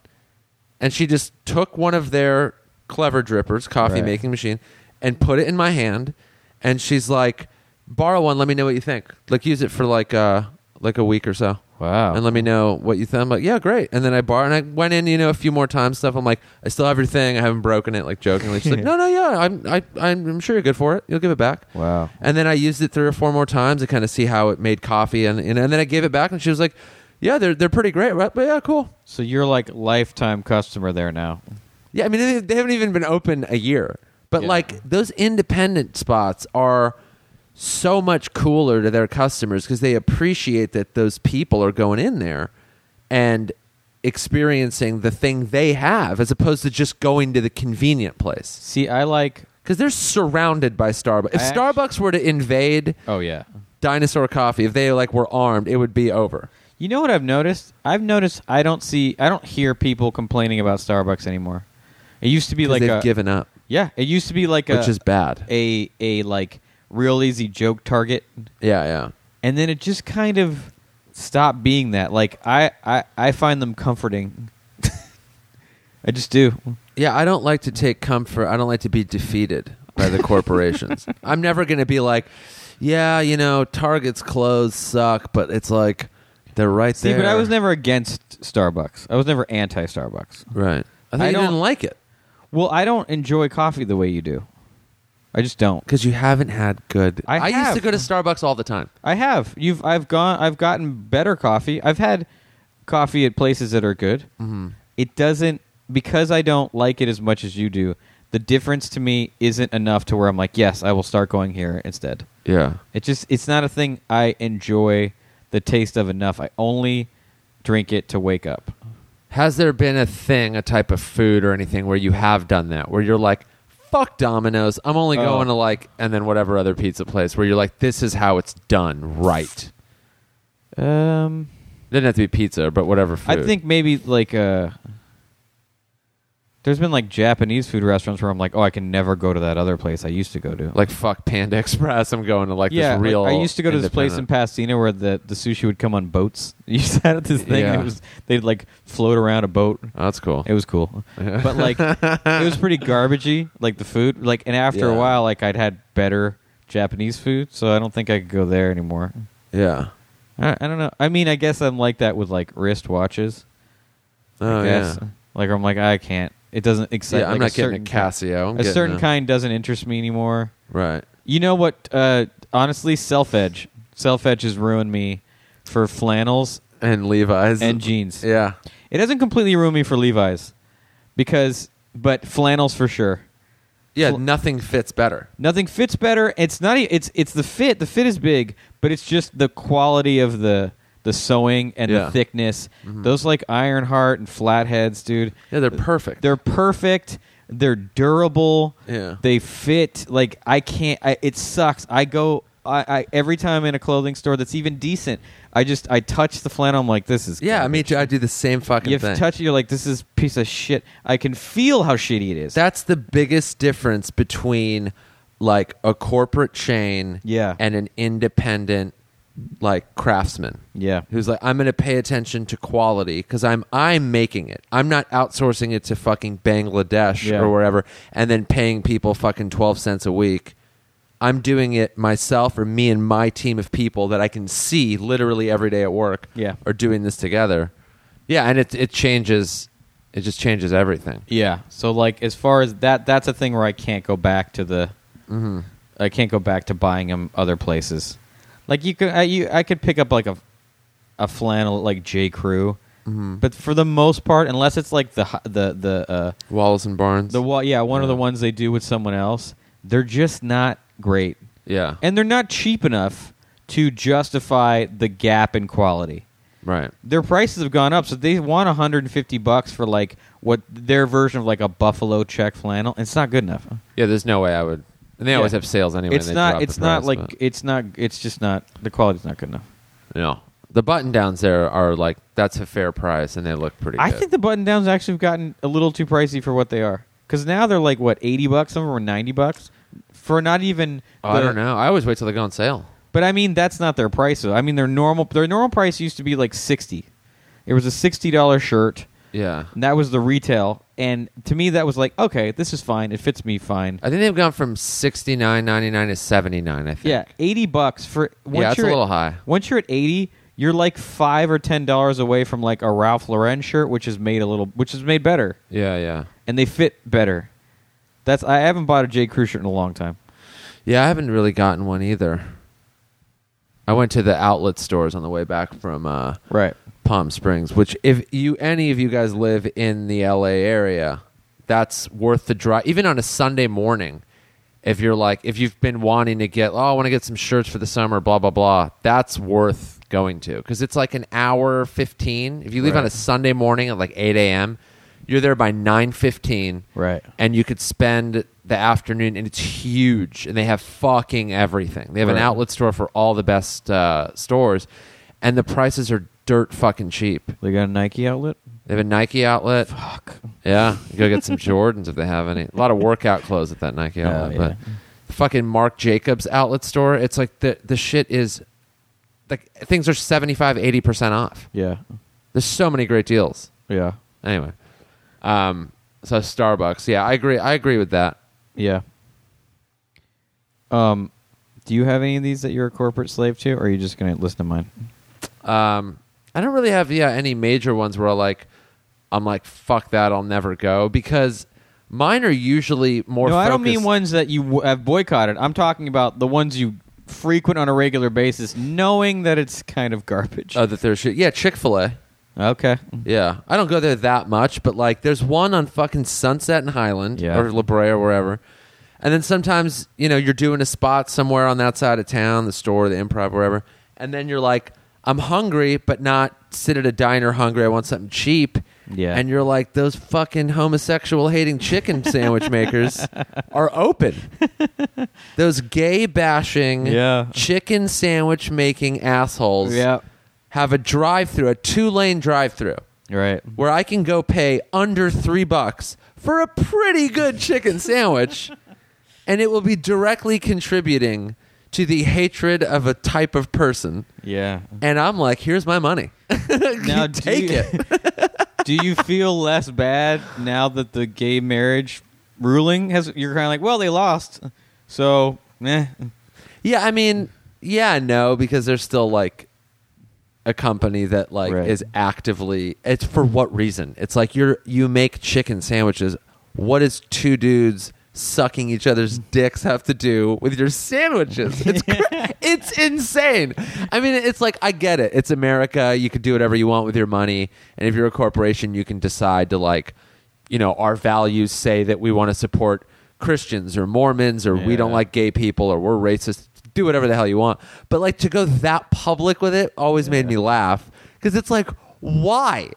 S1: and she just took one of their clever drippers, coffee
S3: Right.
S1: making machine, and put it in my hand, and she's like, "Borrow one, let me know what you think. Like use it for like uh like a week or so."
S3: Wow.
S1: And let me know what you think. I'm like, yeah, great. And then I bar and I went in, you know, a few more times. Stuff. I'm like, I still have your thing. I haven't broken it. Like jokingly, she's like, no, no, yeah, I'm, I, I'm I'm sure you're good for it. You'll give it back.
S3: Wow.
S1: And then I used it three or four more times to kind of see how it made coffee, and and, and then I gave it back, and she was like, yeah, they're they're pretty great, right? But yeah, cool.
S3: So you're like lifetime customer there now.
S1: Yeah, I mean, they, they haven't even been open a year. But
S3: Yeah.
S1: like those independent spots are so much cooler to their customers because they appreciate that those people are going in there and experiencing the thing they have as opposed to just going to the convenient place
S3: See, I like.
S1: because they're surrounded by Starbucks. If
S3: I act-
S1: Starbucks were to invade
S3: Oh yeah.
S1: Dinosaur Coffee, if they like were armed, it would be over.
S3: You know what I've noticed? I've noticed I don't see, I don't hear people complaining about Starbucks anymore. It used to be
S1: 'Cause
S3: like
S1: they've
S3: a,
S1: given up,
S3: yeah. It used to be like
S1: which
S3: a,
S1: is bad.
S3: a a like real easy joke target,
S1: yeah, yeah.
S3: and then it just kind of stopped being that. Like I I, I find them comforting. I just do.
S1: Yeah, I don't like to take comfort. I don't like to be defeated by the corporations. I'm never going to be like, yeah, you know, Target's clothes suck, but it's like they're right
S3: See,
S1: there.
S3: but I was never against Starbucks. I was never anti Starbucks.
S1: right. I thought
S3: I
S1: you didn't
S3: don't-
S1: like it
S3: Well, I don't enjoy coffee the way you do. I just don't.
S1: because you haven't had good.
S3: I
S1: used
S3: have.
S1: to go to Starbucks all the time.
S3: I have. You've. I've gone. I've gotten better coffee. I've had coffee at places that are good. It doesn't because I don't like it as much as you do. The difference to me isn't enough to where I'm like, yes, I will start going here instead.
S1: Yeah.
S3: It just. It's not a thing I enjoy the taste of enough. I only drink it to wake up.
S1: Has there been a thing, a type of food or anything where you have done that, where you're like, fuck Domino's, I'm only
S3: Oh.
S1: going to like, and then whatever other pizza place, where you're like, this is how it's done right?
S3: Um,
S1: Doesn't have to be pizza, but whatever food.
S3: I think maybe like uh, there's been like Japanese food restaurants where I'm like, oh, I can never go to that other place I used to go to.
S1: like fuck Panda Express. I'm going to like
S3: yeah,
S1: this real.
S3: like, I used to go to this place in
S1: independent-
S3: Pasadena where the, the sushi would come on boats. You sat at this thing and
S1: Yeah.
S3: it was they'd like float around a boat.
S1: Oh, that's cool.
S3: It was cool, but like it was pretty garbagey. Like the food, like and after
S1: Yeah.
S3: a while, like I'd had better Japanese food, so I don't think I could go there anymore.
S1: yeah.
S3: I, I don't know. I mean, I guess I'm like that with like wrist watches.
S1: Oh
S3: I guess.
S1: yeah.
S3: Like I'm like I can't. It doesn't excite.
S1: Yeah, I'm
S3: like,
S1: not getting a
S3: certain kind-
S1: Casio. I'm
S3: a
S1: getting
S3: certain
S1: a-
S3: kind doesn't interest me anymore.
S1: Right.
S3: You know what? Uh, honestly, self edge. Self edge has ruined me for flannels
S1: And Levi's
S3: and jeans.
S1: Yeah.
S3: It doesn't completely ruin me for Levi's because, but flannels for sure.
S1: Yeah.
S3: Fl-
S1: nothing fits better.
S3: Nothing fits better. It's not. e- It's it's the fit. The fit is big, but it's just the quality of the the sewing and
S1: Yeah. Mm-hmm.
S3: the thickness. Those like Ironheart and flatheads, dude.
S1: Yeah, they're perfect.
S3: They're perfect. They're durable.
S1: Yeah.
S3: They fit. Like I can't. I, it sucks. I go. I, I every time I'm in a clothing store that's even decent, I just I touch the flannel. I'm like, this is
S1: yeah. I
S3: garbage.
S1: mean, I do the same fucking
S3: you
S1: thing.
S3: touch it. You're like, this is piece of shit. I can feel how shitty it is.
S1: That's the biggest difference between like a corporate chain
S3: Yeah.
S1: and an independent like craftsman.
S3: yeah.
S1: who's like i'm going to pay attention to quality because i'm i'm making it i'm not outsourcing it to fucking bangladesh
S3: Yeah.
S1: or wherever and then paying people fucking 12 cents a week i'm doing it myself or me and my team of people that i can see literally every day at work
S3: Yeah.
S1: are doing this together yeah and it, it changes it just changes everything
S3: Yeah. So like, as far as that, that's a thing where I can't go back to the. I can't go back to buying them other places. Like you could, I, you, I could pick up like a, a flannel like J Crew, but for the most part, unless it's like the hi- the the uh,
S1: wallace and barnes
S3: the wa- yeah one of the
S1: Yeah.
S3: ones they do with someone else, they're just not great,
S1: yeah
S3: and they're not cheap enough to justify the gap in quality
S1: right
S3: their prices have gone up, so they want 150 bucks for like what their version of like a buffalo check flannel. It's not good enough.
S1: yeah there's no way i would and they always
S3: Yeah.
S1: have sales anyway and
S3: it's
S1: they
S3: not.
S1: drop the
S3: It's not
S1: price,
S3: like
S1: but-
S3: it's not. It's just not. The quality's not good enough.
S1: No. The button downs there are like that's a fair price, and they look pretty.
S3: I
S1: good.
S3: think the button downs actually have gotten a little too pricey for what they are. Because now they're like what eighty bucks. Some of them are ninety bucks for not even.
S1: Oh, I
S3: the-
S1: don't know. I always wait till they go on sale.
S3: But I mean, that's not their price. Though. I mean, their normal their normal price used to be like sixty. It was a sixty dollar shirt,
S1: Yeah,
S3: and that was the retail. And to me, that was like, okay, this is fine. It fits me fine.
S1: I think they've gone from sixty nine ninety nine to seventy nine. I think.
S3: Yeah, eighty bucks for once
S1: it's a
S3: you're at-
S1: little high.
S3: Once you're at eighty, you're like five or ten dollars away from like a Ralph Lauren shirt, which is made a little, which is made better,
S1: yeah, yeah,
S3: and they fit better. That's I haven't bought a J Crew shirt in a long time.
S1: yeah. I haven't really gotten one either. I went to the outlet stores on the way back from uh,
S3: Right.
S1: Palm Springs, which if you any of you guys live in the LA area, that's worth the drive. Even on a Sunday morning, if you're like if you've been wanting to get oh I want to get some shirts for the summer, blah blah blah, that's worth going to because it's like an hour fifteen. If you leave on
S3: Right.
S1: a Sunday morning at like eight a.m., you're there by nine fifteen.
S3: Right.
S1: and you could spend the afternoon and it's huge and they have fucking everything they have an
S3: Right.
S1: outlet store for all the best uh, stores and the prices are dirt fucking cheap
S3: They got a Nike outlet.
S1: they have a nike outlet
S3: Fuck.
S1: yeah you go get some jordans if they have any a lot of workout clothes at that nike
S3: Oh,
S1: outlet
S3: yeah.
S1: but fucking mark jacobs outlet store it's like the, the shit is like things are 75 80% off
S3: Yeah.
S1: there's so many great deals
S3: Yeah.
S1: anyway um, so starbucks yeah i agree i agree with that
S3: Yeah. Um, do you have any of these that you're a corporate slave to, or are you just gonna listen to mine?
S1: Um, I don't really have yeah any major ones where I like I'm like fuck that I'll never go because mine are usually more.
S3: no, I don't
S1: focused-
S3: mean ones that you w- have boycotted. I'm talking about the ones you frequent on a regular basis, knowing that it's kind of garbage.
S1: Oh, that there's shit. Yeah, Chick Fil A.
S3: okay.
S1: Yeah, I don't go there that much, but like there's one on fucking Sunset and Highland
S3: Yeah.
S1: or La Brea or wherever. And then sometimes you know you're doing a spot somewhere on that side of town, the store, the improv, wherever, and then you're like. I'm hungry, but not sit at a diner hungry. I want something cheap.
S3: Yeah.
S1: And you're like, those fucking homosexual hating chicken sandwich makers are open. Those gay bashing,
S3: Yeah.
S1: chicken sandwich making assholes
S3: Yeah.
S1: have a drive through, a two lane drive through,
S3: Right.
S1: where I can go pay under three bucks for a pretty good chicken sandwich, and it will be directly contributing to the hatred of a type of person.
S3: Yeah.
S1: And I'm like, here's my money.
S3: Now
S1: You
S3: do
S1: take
S3: you-
S1: it.
S3: Do you feel less bad now that the gay marriage ruling has? You're kind of like, well, they lost, so eh.
S1: Yeah, I mean, yeah, no, because there's still like a company that like
S3: Right.
S1: is actively. It's for what reason? It's like you're you make chicken sandwiches. What is two dudes sucking each other's dicks have to do with your sandwiches? It's cra- it's insane. I mean, it's like I get it. It's America. You could do whatever you want with your money, and if you're a corporation, you can decide to like, you know, our values say that we want to support Christians or Mormons or we don't
S3: Yeah.
S1: like gay people or we're racist. Do whatever the hell you want. But like to go that public with it always made me laugh because it's like, why?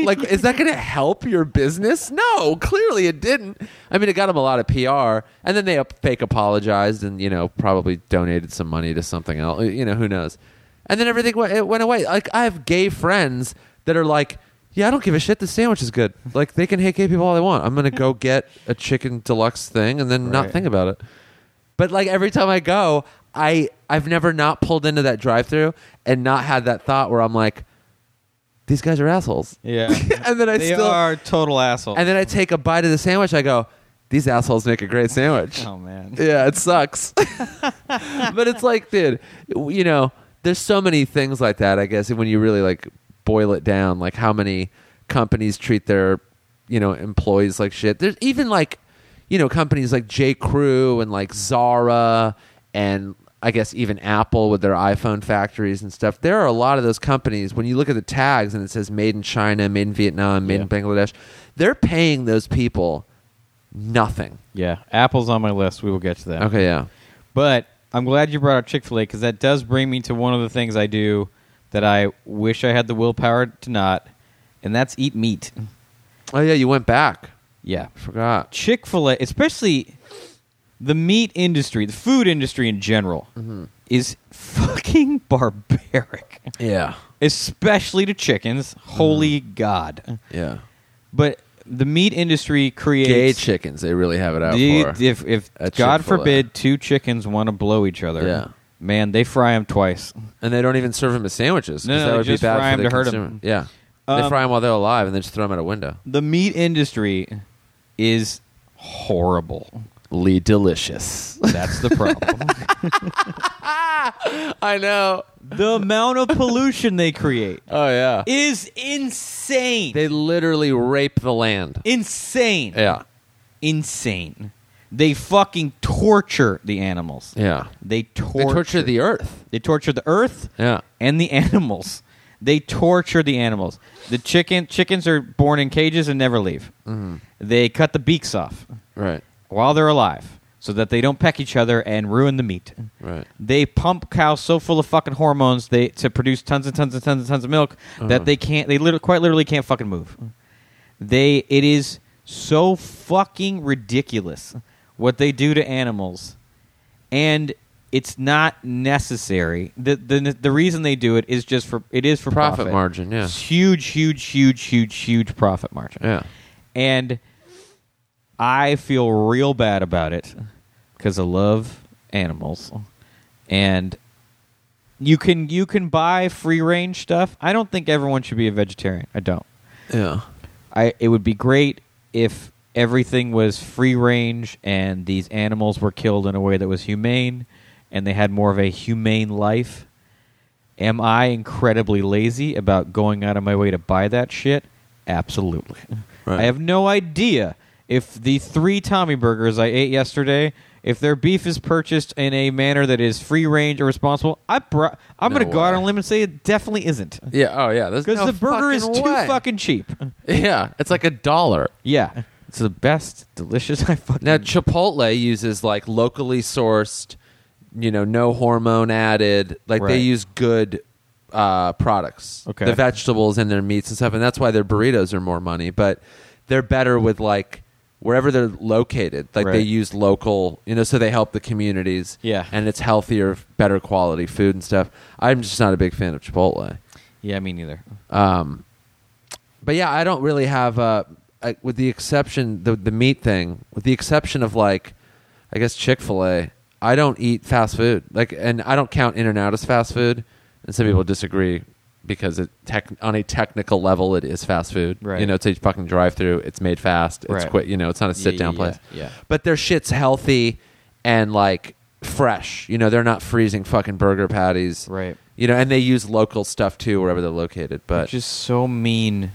S1: like, is that going to help your business? No, clearly it didn't. I mean, it got them a lot of PR, and then they ap- fake apologized and you know probably donated some money to something else. You know, who knows? And then everything went, it went away. Like I have gay friends that are like. Yeah, I don't give a shit. The sandwich is good. Like they can hate gay people all they want. I'm gonna go get a chicken deluxe thing and then not
S3: Right.
S1: think about it. But like every time I go, I I've never not pulled into that drive-through and not had that thought where I'm like, these guys are assholes.
S3: yeah.
S1: And then I
S3: they
S1: still
S3: are total assholes.
S1: and then I take a bite of the sandwich. I go, these assholes make a great sandwich.
S3: oh man.
S1: Yeah, it sucks. but it's like, dude, you know, there's so many things like that, I guess, when you really like boil it down, like how many companies treat their, you know, employees like shit. There's even like, you know, companies like J. Crew and like Zara and I guess even Apple with their iPhone factories and stuff. There are a lot of those companies when you look at the tags and it says made in China, made in Vietnam, made
S3: Yeah.
S1: in Bangladesh, they're paying those people nothing.
S3: Yeah. Apple's on my list. We will get to that.
S1: Okay, yeah.
S3: But I'm glad you brought up Chick Fil A because that does bring me to one of the things I do that I wish I had the willpower to not, and that's eat meat.
S1: Oh yeah, you went back.
S3: Yeah.
S1: Forgot.
S3: Chick Fil A, especially the meat industry, the food industry in general,
S1: Mm-hmm.
S3: is fucking barbaric,
S1: Yeah.
S3: especially to chickens. Holy
S1: Mm.
S3: God!
S1: Yeah.
S3: But the meat industry
S1: Gay
S3: creates.
S1: chickens, they really have it out
S3: the-
S1: for.
S3: if if
S1: At
S3: God
S1: Chick-fil-A.
S3: forbid two chickens want to blow each other,
S1: Yeah.
S3: man, they fry them twice.
S1: and they don't even serve them as sandwiches. 'cause
S3: No, no,
S1: that
S3: they
S1: would
S3: just
S1: be bad
S3: fry
S1: for
S3: 'em
S1: the
S3: to hurt
S1: consumer.
S3: 'em.
S1: Yeah. they
S3: Um,
S1: fry them while they're alive and then just throw them out a window.
S3: The meat industry is horrible.
S1: Lee Delicious.
S3: That's the problem.
S1: I know.
S3: the amount of pollution they create
S1: Oh, yeah.
S3: is insane.
S1: They literally rape the land.
S3: insane.
S1: Yeah.
S3: Insane. They fucking torture the animals.
S1: Yeah. They
S3: They torture.
S1: torture the earth.
S3: They torture the earth
S1: Yeah.
S3: and the animals. They torture the animals. The chicken chickens are born in cages and never leave.
S1: Mm-hmm.
S3: They cut the beaks off
S1: Right.
S3: while they're alive so that they don't peck each other and ruin the meat.
S1: Right.
S3: They pump cows so full of fucking hormones they to produce tons and tons and tons and tons of milk
S1: Uh-huh.
S3: that they can't they literally, quite literally can't fucking move. They it is so fucking ridiculous what they do to animals. And it's not necessary. The the the reason they do it is just for it is for
S1: Profit
S3: profit,
S1: margin, yeah.
S3: Huge huge huge huge huge profit margin.
S1: Yeah.
S3: And I feel real bad about it because I love animals, and you can you can buy free range stuff. I don't think everyone should be a vegetarian. I don't.
S1: Yeah.
S3: I it would be great if everything was free range and these animals were killed in a way that was humane and they had more of a humane life. Am I incredibly lazy about going out of my way to buy that shit? Absolutely.
S1: Right.
S3: I have no idea if the three Tommy burgers I ate yesterday, if their beef is purchased in a manner that is free range or responsible, I bro- I'm
S1: No
S3: going to go out
S1: way.
S3: on a limb and say it definitely isn't.
S1: Yeah. Oh, yeah. Because
S3: Because the burger is too fucking cheap.
S1: Yeah. It's like a dollar.
S3: Yeah. It's the best, delicious I fucking
S1: Now Chipotle uses like locally sourced, you know, no hormone added. Like
S3: Right.
S1: they use good uh, products,
S3: Okay.
S1: the vegetables and their meats and stuff, and that's why their burritos are more money. But they're better with like wherever they're located. Like they
S3: Right.
S1: use local, you know, so they help the communities.
S3: Yeah.
S1: and it's healthier, better quality food and stuff. I'm just not a big fan of Chipotle.
S3: Yeah, me neither.
S1: Um, but yeah, I don't really have uh, I, with the exception the the meat thing, with the exception of like, I guess Chick fil A. I don't eat fast food, like, and I don't count In and Out as fast food. And some people disagree because it tech, on a technical level, it is fast food.
S3: Right.
S1: You know, it's a fucking drive through. It's made fast. It's
S3: Right.
S1: quick. You know, it's not a
S3: Yeah,
S1: sit down
S3: yeah,
S1: place.
S3: yeah, yeah.
S1: But their shit's healthy and like fresh. You know, they're not freezing fucking burger patties.
S3: Right.
S1: You know, and they use local stuff too wherever they're located. But
S3: Which is so mean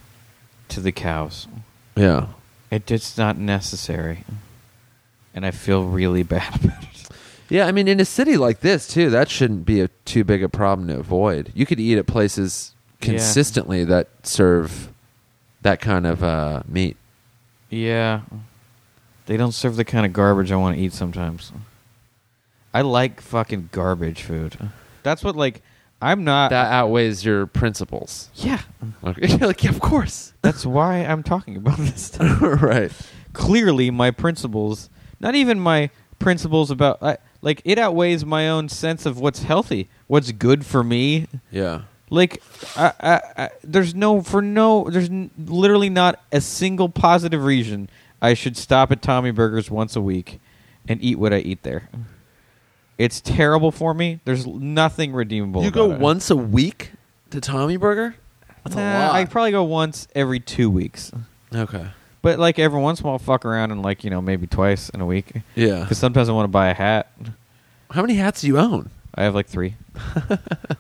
S3: to the cows.
S1: yeah.
S3: It, it's not necessary. And I feel really bad about it.
S1: Yeah, I mean, in a city like this too, that shouldn't be a too big a problem to avoid. You could eat at places
S3: Yeah.
S1: consistently that serve that kind of uh, meat.
S3: Yeah. They don't serve the kind of garbage I want to eat sometimes. I like fucking garbage food. That's what, like, I'm not.
S1: That outweighs your principles.
S3: yeah.
S1: Okay. You're like, yeah, of course.
S3: That's why I'm talking about this stuff.
S1: right.
S3: clearly my principles not even my principles about I, like it outweighs my own sense of what's healthy what's good for me
S1: Yeah.
S3: like I, I, I, there's no for no there's n- literally not a single positive reason i should stop at tommy burgers once a week and eat what i eat there it's terrible for me there's nothing redeemable
S1: you go
S3: about it.
S1: once a week to Tommy Burger? That's a
S3: Nah,
S1: lot.
S3: i probably go once every two weeks
S1: okay.
S3: but like every once in a while I'll fuck around and like you know maybe twice in a week
S1: Yeah.
S3: Because sometimes I want to buy a hat.
S1: How many hats do you own?
S3: I have like three.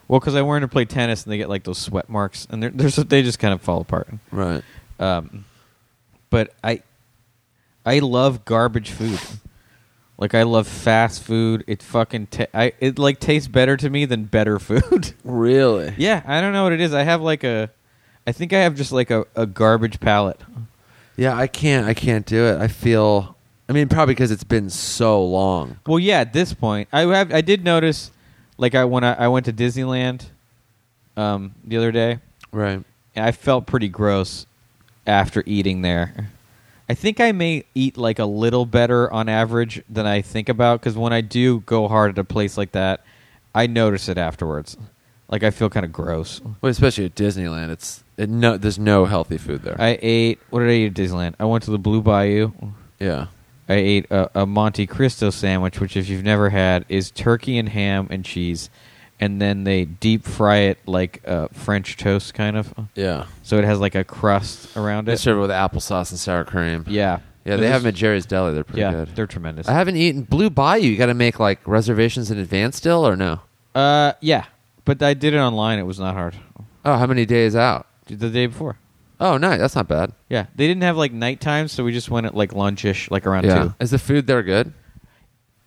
S3: well, because I wanted to play tennis and they get like those sweat marks and they're, they're so, they just kind of fall apart.
S1: Right.
S3: Um, but I, I love garbage food. Like I love fast food. It fucking ta- I it like tastes better to me than better food.
S1: Really?
S3: yeah, I don't know what it is. I have like a, I think I have just like a, a garbage palate.
S1: Yeah, I can't. I can't do it. I feel. I mean, probably because it's been so long.
S3: Well, yeah. At this point, I have I did notice, like I when I, I went to Disneyland, um, the other day,
S1: Right.
S3: and I felt pretty gross after eating there. I think I may eat like a little better on average than I think about because when I do go hard at a place like that, I notice it afterwards. Like I feel kind of gross.
S1: Well, especially at Disneyland, it's it, no. There's no healthy food there.
S3: I ate. What did I eat at Disneyland? I went to the Blue Bayou.
S1: yeah.
S3: I ate a, a Monte Cristo sandwich, which if you've never had, is turkey and ham and cheese, and then they deep fry it like uh, French toast, kind of.
S1: Yeah.
S3: So it has like a crust around it.
S1: It's served with applesauce and sour cream.
S3: Yeah.
S1: Yeah, they
S3: They're
S1: have them at
S3: just-
S1: Jerry's Deli. They're pretty
S3: Yeah,
S1: good.
S3: they're tremendous.
S1: I haven't eaten Blue Bayou. You got to make like reservations in advance still, or no?
S3: Uh, yeah, but I did it online. It was not hard.
S1: Oh, how many days out?
S3: The day before.
S1: Oh, nice. That's not bad.
S3: Yeah, they didn't have like night time, so we just went at like lunchish, like around
S1: yeah.
S3: two.
S1: Is the food there good?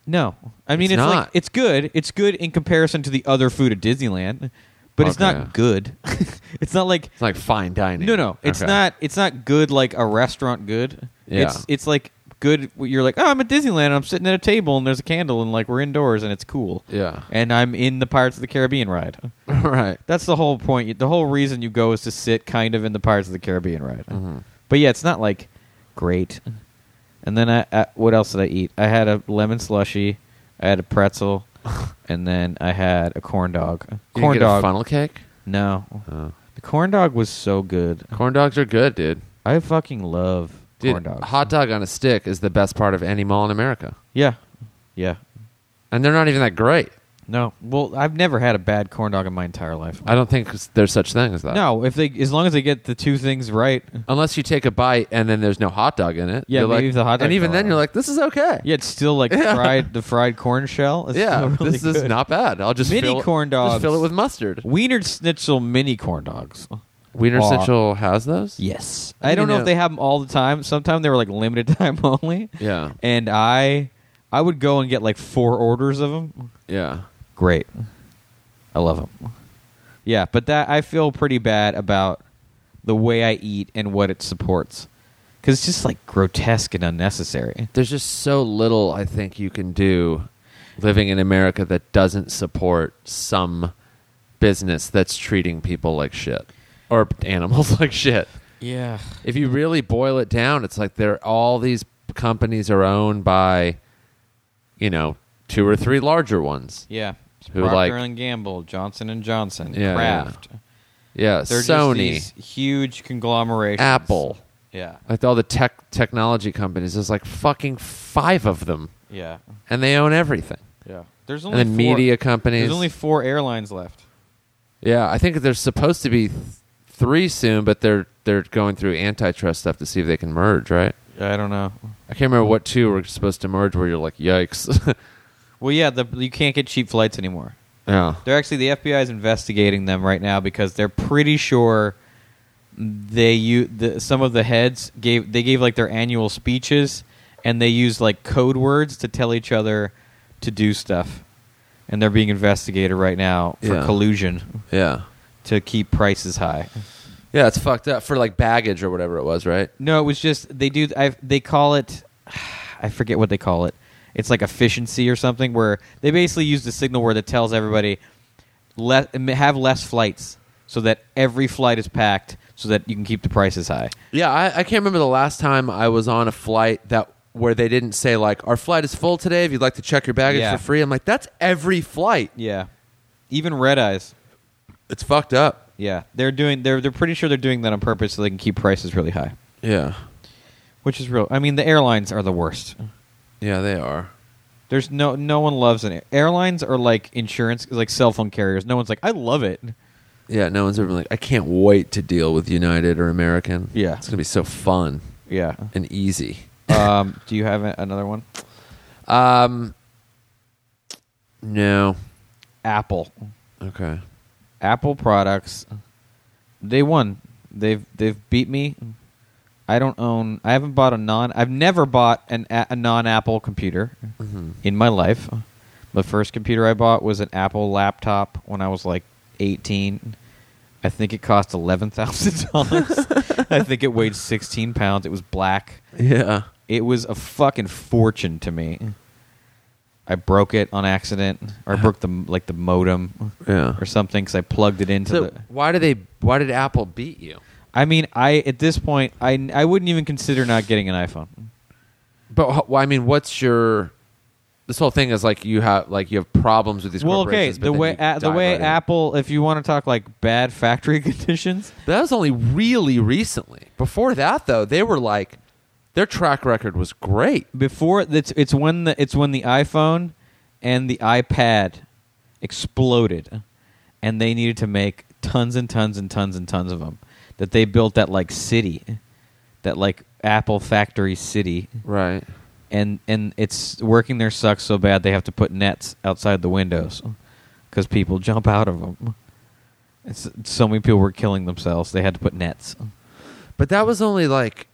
S3: No, I mean
S1: It's
S3: it's, like
S1: not.
S3: it's good. It's good in comparison to the other food at Disneyland, but it's
S1: Okay.
S3: not good. it's not like
S1: It's like fine dining.
S3: no, no. It's
S1: Okay.
S3: not. It's not good like a restaurant good.
S1: Yeah.
S3: It's it's like good. You're like, oh, I'm at Disneyland. and I'm sitting at a table and there's a candle and like we're indoors and it's cool.
S1: Yeah.
S3: And I'm in the Pirates of the Caribbean ride.
S1: right.
S3: That's the whole point. The whole reason you go is to sit kind of in the Pirates of the Caribbean ride.
S1: Mm-hmm.
S3: But yeah, it's not like great. And then I, I what else did I eat? I had a lemon slushy, I had a pretzel, and then I had a corn dog.
S1: You
S3: corn
S1: get
S3: dog.
S1: a funnel cake.
S3: No.
S1: Oh.
S3: The corn dog was so good.
S1: Corn dogs are good, dude.
S3: I fucking love
S1: Dude,
S3: corn dogs.
S1: hot dog on a stick is the best part of any mall in America,
S3: Yeah. Yeah.
S1: and they're not even that great.
S3: No. Well, I've never had a bad corn dog in my entire life.
S1: I don't think there's such thing as that.
S3: No, if they as long as they get the two things right.
S1: Unless you take a bite and then there's no hot dog in it.
S3: Yeah,
S1: You're
S3: maybe
S1: like-
S3: if the hot dog
S1: And even
S3: fell
S1: then,
S3: out.
S1: you're like, this is okay.
S3: Yeah, it's still like fried the fried corn shell. It's
S1: Yeah,
S3: still really
S1: this is
S3: good.
S1: not bad. I'll just
S3: Mini
S1: fill,
S3: corn
S1: Just fill it
S3: dogs.
S1: with mustard.
S3: Wiener Schnitzel mini corn dogs.
S1: Wiener
S3: Aw.
S1: Central has those.
S3: Yes,
S1: I
S3: I don't know
S1: know.
S3: if they have them all the time. Sometimes they were like limited time only.
S1: Yeah.
S3: and I, I would go and get like four orders of them.
S1: Yeah.
S3: Great, I love them. Yeah, but that I feel pretty bad about the way I eat and what it supports because it's just like grotesque and unnecessary.
S1: There's just so little I think you can do living in America that doesn't support some business that's treating people like shit or animals like shit.
S3: Yeah,
S1: If you really boil it down, it's like there all these companies are owned by you know, two or three larger ones.
S3: yeah. It's
S1: Who,
S3: Procter
S1: like-
S3: and Gamble, Johnson and Johnson,
S1: Yeah, yeah.
S3: Kraft.
S1: Yeah,
S3: They're
S1: Sony,
S3: just these huge conglomerations.
S1: Apple,
S3: Yeah.
S1: like all the tech technology companies. There's like fucking five of them,
S3: Yeah.
S1: and they own everything.
S3: Yeah. There's
S1: And
S3: only
S1: then
S3: four,
S1: media companies.
S3: There's only four airlines left.
S1: Yeah, I think there's supposed to be th- three soon, but they're they're going through antitrust stuff to see if they can merge, right?
S3: I don't know.
S1: I can't remember what two were supposed to merge. Where you're like, yikes.
S3: Well, yeah, the, you can't get cheap flights anymore.
S1: yeah.
S3: They're actually the FBI is investigating them right now because they're pretty sure they u- the, some of the heads gave they gave like their annual speeches and they used like code words to tell each other to do stuff. And they're being investigated right now for
S1: Yeah.
S3: collusion
S1: Yeah.
S3: to keep prices high.
S1: Yeah, it's fucked up for like baggage or whatever it was, right?
S3: No, it was just they do. I they call it. I forget what they call it. It's like efficiency or something where they basically use the signal word that tells everybody let have less flights so that every flight is packed so that you can keep the prices high.
S1: Yeah, I, I can't remember the last time I was on a flight that where they didn't say like our flight is full today. If you'd like to check your baggage
S3: Yeah.
S1: for free, I'm like that's every flight.
S3: Yeah, even red eyes.
S1: It's fucked up.
S3: Yeah, they're doing. They're they're pretty sure they're doing that on purpose so they can keep prices really high,
S1: Yeah,
S3: which is real. I mean, the airlines are the worst.
S1: yeah, they are.
S3: There's no no one loves an air. airlines are like insurance, like cell phone carriers. No one's like I love it.
S1: Yeah, no one's ever been like, I can't wait to deal with United or American.
S3: Yeah.
S1: It's going to be so fun
S3: Yeah.
S1: and easy.
S3: um, do you have a- another one?
S1: Um, no.
S3: Apple.
S1: Okay.
S3: Apple products. They won. They've they've beat me. I don't own. I haven't bought a non. I've never bought an a, a non Apple computer in my life. The first computer I bought was an Apple laptop when I was like eighteen. I think it cost eleven thousand dollars. I think it weighed sixteen pounds. It was black.
S1: Yeah.
S3: It was a fucking fortune to me. I broke it on accident, or I broke the like the modem,
S1: Yeah.
S3: or something because I plugged it into
S1: So
S3: the.
S1: why do they? Why did Apple beat you?
S3: I mean, I at this point, I I wouldn't even consider not getting an iPhone.
S1: But h- well, I mean, what's your this whole thing is like you have like you have problems with these
S3: Well, okay,
S1: corporations. but
S3: the
S1: then
S3: way
S1: you
S3: a, the
S1: dive
S3: way
S1: right in.
S3: Apple, if you want to talk like bad factory conditions,
S1: that was only really recently. Before that, though, they were like their track record was great.
S3: before it's it's when the it's when the iPhone and the iPad exploded, and they needed to make tons and tons and tons and tons of them. That they built that like city, that like Apple factory city,
S1: Right.
S3: and and it's working there sucks so bad they have to put nets outside the windows because people jump out of them. It's, so many people were killing themselves. They had to put nets.
S1: But that was only like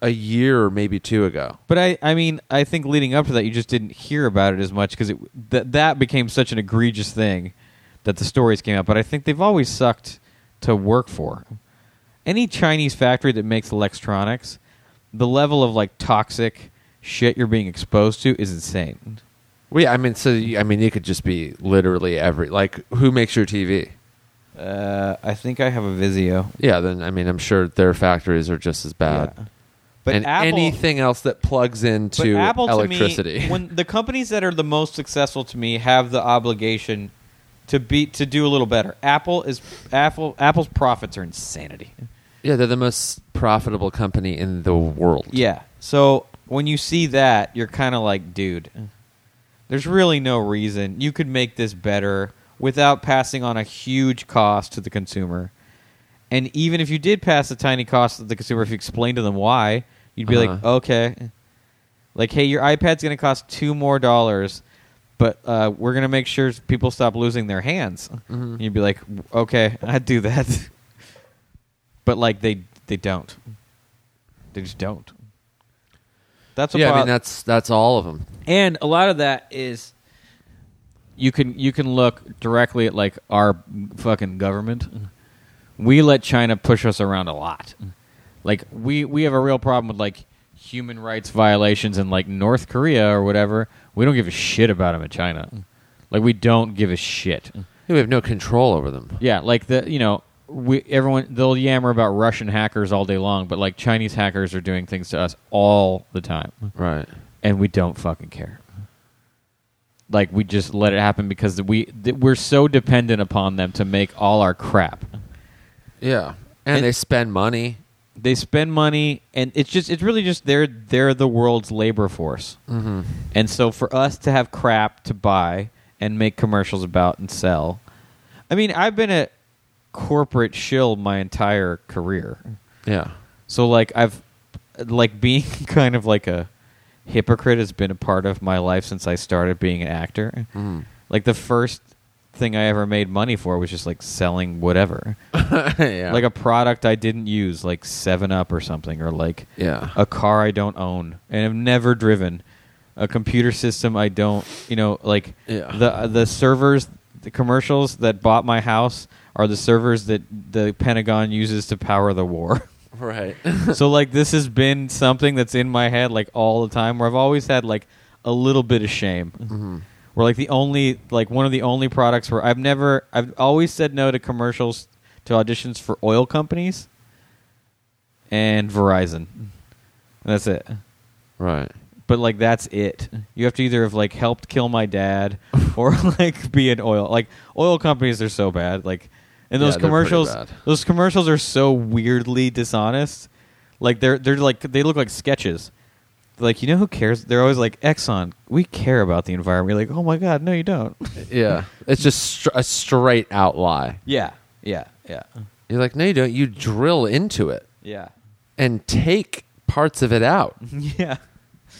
S1: a year or maybe two ago.
S3: But I, I mean, I think leading up to that, you just didn't hear about it as much because it that that became such an egregious thing that the stories came out. But I think they've always sucked to work for. Any Chinese factory that makes electronics, the level of like toxic shit you're being exposed to is insane.
S1: Well, yeah, I mean, so you- I mean, it could just be literally every like who makes your TV.
S3: Uh, I think I have a Vizio.
S1: Yeah, then I mean, I'm sure their factories are just as bad.
S3: Yeah. But
S1: and
S3: Apple,
S1: anything else that plugs
S3: but
S1: into
S3: Apple
S1: electricity.
S3: To me, when the companies that are the most successful to me have the obligation to be to do a little better. Apple is Apple. Apple's profits are insanity.
S1: yeah, they're the most profitable company in the world.
S3: Yeah. So when you see that, you're kind of like, dude, there's really no reason you could make this better without passing on a huge cost to the consumer. And even if you did pass a tiny cost to the consumer, if you explained to them why, you'd be like,
S1: Uh-huh.
S3: okay, like, hey, your iPad's going to cost two more dollars, but uh, we're going to make sure people stop losing their hands.
S1: Mhm.
S3: You'd be like, okay, I'd do that. but like, they they don't. They just don't. That's what
S1: yeah. I
S3: bo-
S1: mean, that's that's all of them.
S3: and a lot of that is you can you can look directly at like our fucking government. We let China push us around a lot. Like we we have a real problem with like human rights violations in like North Korea or whatever. We don't give a shit about them in China. Like we don't give a shit.
S1: We have no control over them.
S3: Yeah, like the you know we everyone they'll yammer about Russian hackers all day long, but like Chinese hackers are doing things to us all the time
S1: Right.
S3: and we don't fucking care. Like we just let it happen because we th- we're so dependent upon them to make all our crap.
S1: Yeah. And,
S3: And-
S1: they spend money.
S3: They spend money, and it's just it's really just they're they're the world's labor force. Mm-hmm. And so for us to have crap to buy and make commercials about and sell, I mean I've been a corporate shill my entire career.
S1: Yeah.
S3: So like I've like being kind of like a hypocrite has been a part of my life since I started being an actor.
S1: Mm.
S3: Like the first thing I ever made money for was just like selling whatever.
S1: yeah.
S3: Like a product I didn't use, like 7 Up or something or like
S1: yeah.
S3: a car I don't own and have never driven, a computer system I don't, you know, like
S1: Yeah.
S3: the the servers, the commercials that bought my house are the servers that the Pentagon uses to power the war.
S1: right.
S3: so like this has been something that's in my head like all the time where I've always had like a little bit of shame. Where like the only like one of the only products where I've never I've always said no to commercials to auditions for oil companies and Verizon. And that's it.
S1: right.
S3: But like that's it. You have to either have like helped kill my dad or like be an oil like oil companies are so bad. Like and
S1: Yeah,
S3: those
S1: they're pretty
S3: commercials
S1: bad.
S3: those commercials are so weirdly dishonest. Like they're they're like they look like sketches. Like you know who cares? They're always like Exxon. We care about the environment. You're like, oh my god, no, you don't.
S1: Yeah. It's just str- a straight out lie.
S3: yeah, yeah, yeah,
S1: You're like, no, you don't. You drill into it
S3: yeah,
S1: and take parts of it out. And
S3: yeah,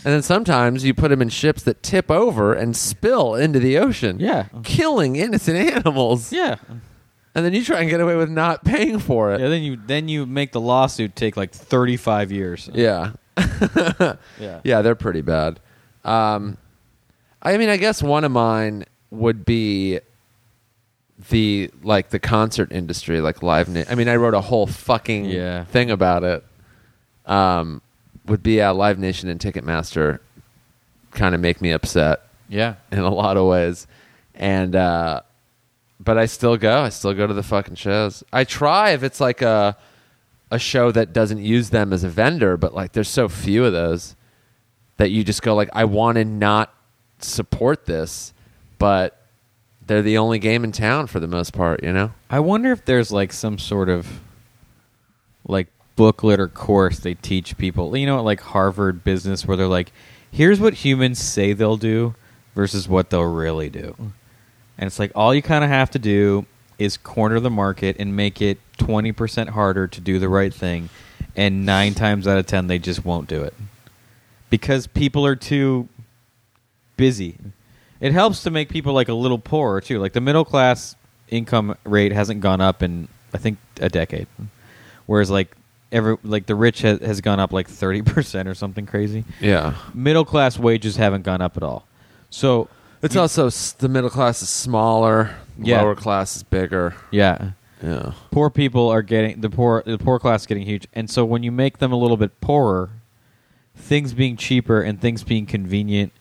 S1: then sometimes you put them in ships that tip over and spill into the ocean.
S3: Yeah.
S1: Killing innocent animals.
S3: yeah.
S1: And then you try and get away with not paying for it.
S3: Yeah. Then you then you make the lawsuit take like thirty five years.
S1: Yeah.
S3: yeah,
S1: Yeah, they're pretty bad. Um, I mean, I guess one of mine would be the like the concert industry, like live. Na- I mean, I wrote a whole fucking
S3: Yeah.
S1: thing about it. Um, would be uh, Live Nation and Ticketmaster kind of make me upset
S3: yeah.
S1: in a lot of ways, and uh, but I still go. I still go to the fucking shows. I try if it's like a a show that doesn't use them as a vendor, but like there's so few of those that you just go like, I want to not support this, but they're the only game in town for the most part, you know?
S3: I wonder if there's like some sort of like booklet or course they teach people, you know, at, like Harvard business, where they're like, here's what humans say they'll do versus what they'll really do. And it's like all you kind of have to do is corner the market and make it 20% harder to do the right thing. And nine times out of 10, they just won't do it because people are too busy. It helps to make people like a little poorer too. Like the middle class income rate hasn't gone up in I think a decade, whereas like every like the rich has, has gone up like thirty percent or something crazy.
S1: Yeah.
S3: Middle class wages haven't gone up at all. So
S1: It's also s- the middle class is smaller,
S3: Yeah.
S1: lower class is bigger.
S3: yeah,
S1: Yeah.
S3: poor people are getting the poor the poor class is getting huge, and so when you make them a little bit poorer, things being cheaper and things being convenient.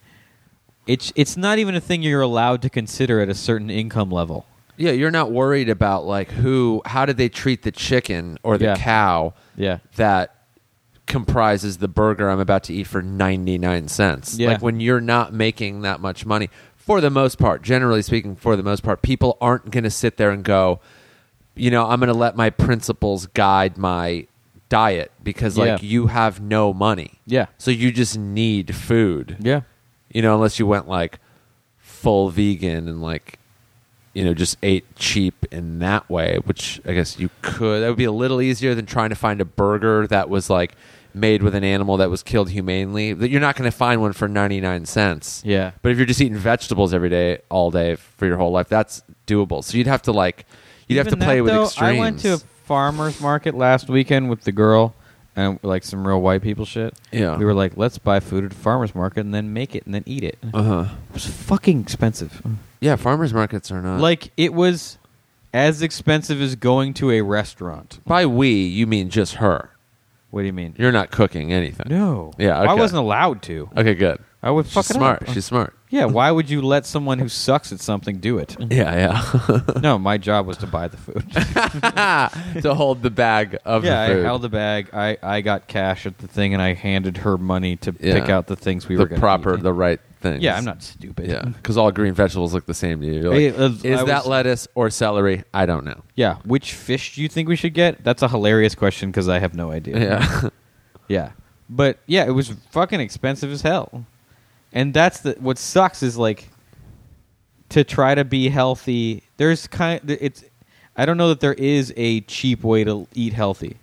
S3: It's it's not even a thing you're allowed to consider at a certain income level.
S1: Yeah, you're not worried about like who, how did they treat the chicken or the
S3: Yeah.
S1: cow
S3: Yeah.
S1: that comprises the burger I'm about to eat for 99 cents.
S3: Yeah.
S1: Like when you're not making that much money, for the most part, generally speaking, for the most part, people aren't going to sit there and go, you know, I'm going to let my principles guide my diet because like
S3: Yeah.
S1: you have no money.
S3: Yeah.
S1: So you just need food.
S3: Yeah.
S1: You know, unless you went like full vegan and like you know just ate cheap in that way, which I guess you could. That would be a little easier than trying to find a burger that was like made with an animal that was killed humanely. That you're not going to find one for 99 cents.
S3: Yeah.
S1: But if you're just eating vegetables every day all day for your whole life, that's doable. So you'd have to like you'd have
S3: Even
S1: to play
S3: that,
S1: with
S3: though,
S1: extremes.
S3: I went to a farmer's market last weekend with the girl and like some real white people shit.
S1: Yeah.
S3: We were like, let's buy food at a farmer's market and then make it and then eat it. It
S1: uh-huh.
S3: was fucking expensive.
S1: Yeah, farmers markets are not.
S3: Like it was as expensive as going to a restaurant.
S1: by we, you mean just her.
S3: What do you mean?
S1: You're not cooking anything.
S3: No.
S1: Yeah,
S3: I
S1: okay.
S3: wasn't allowed to.
S1: Okay, good.
S3: I would
S1: She's
S3: fuck it
S1: smart.
S3: up.
S1: She's smart.
S3: yeah, why would you let someone who sucks at something do it?
S1: Yeah,
S3: no, my job was to buy the food.
S1: yeah. to hold the bag of
S3: yeah,
S1: the food.
S3: I held the bag. I, I got cash at the thing, and I handed her money to
S1: Yeah.
S3: pick out the things we
S1: the
S3: were gonna
S1: proper,
S3: eat.
S1: the right thing.
S3: yeah, I'm not stupid.
S1: Yeah, because all green vegetables look the same to you. You're like,
S3: Hey, uh,
S1: is
S3: I
S1: that
S3: was-
S1: lettuce or celery? I don't know.
S3: Yeah, Which fish do you think we should get? That's a hilarious question because I have no idea.
S1: Yeah,
S3: Yeah. But yeah, it was fucking expensive as hell. And that's the what sucks is like to try to be healthy. There's kind it's I don't know that there is a cheap way to eat healthy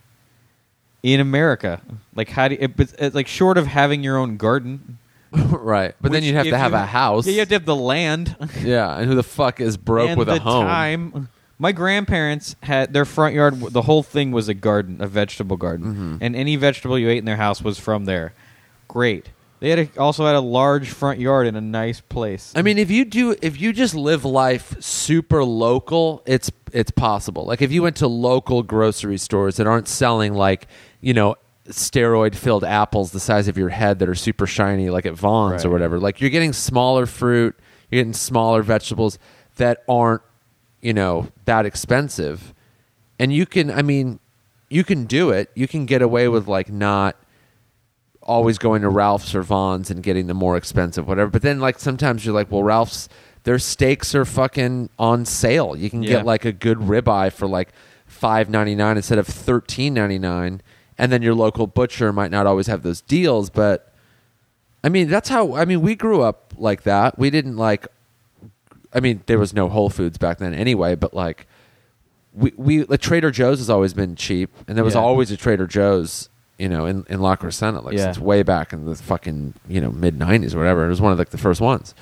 S3: in America. Like how do it, but it's like short of having your own garden.
S1: right. But then
S3: which
S1: you'd have
S3: if
S1: to have
S3: you-
S1: a house.
S3: Yeah, you have to have the land.
S1: Yeah, and who the fuck is broke
S3: and
S1: with
S3: the
S1: a home?
S3: Time. My grandparents had their front yard. The whole thing was a garden, a vegetable garden,
S1: Mm-hmm.
S3: and any vegetable you ate in their house was from there. Great. They had a, also had a large front yard in a nice place.
S1: I mean, if you do, if you just live life super local, it's it's possible. Like if you went to local grocery stores that aren't selling like you know steroid filled apples the size of your head that are super shiny, like at Vaughn's or
S3: Right.
S1: whatever. Like you're getting smaller fruit, you're getting smaller vegetables that aren't you know that expensive, and you can. I mean, you can do it. You can get away with like not always going to Ralph's or Vaughn's and getting the more expensive whatever. But then like sometimes you're like, well, Ralph's their steaks are fucking on sale. You can
S3: Yeah.
S1: get like a good ribeye for like five ninety nine instead of thirteen ninety nine, and then your local butcher might not always have those deals. But I mean, that's how I mean we grew up like that. We didn't like. I mean, there was no Whole Foods back then anyway, but like. We, we like Trader Joe's has always been cheap, and there was
S3: Yeah.
S1: always a Trader Joe's, you know, in in La Crescenta, like
S3: Yeah.
S1: since way back in the fucking you know mid '90s or whatever. It was one of like the first ones.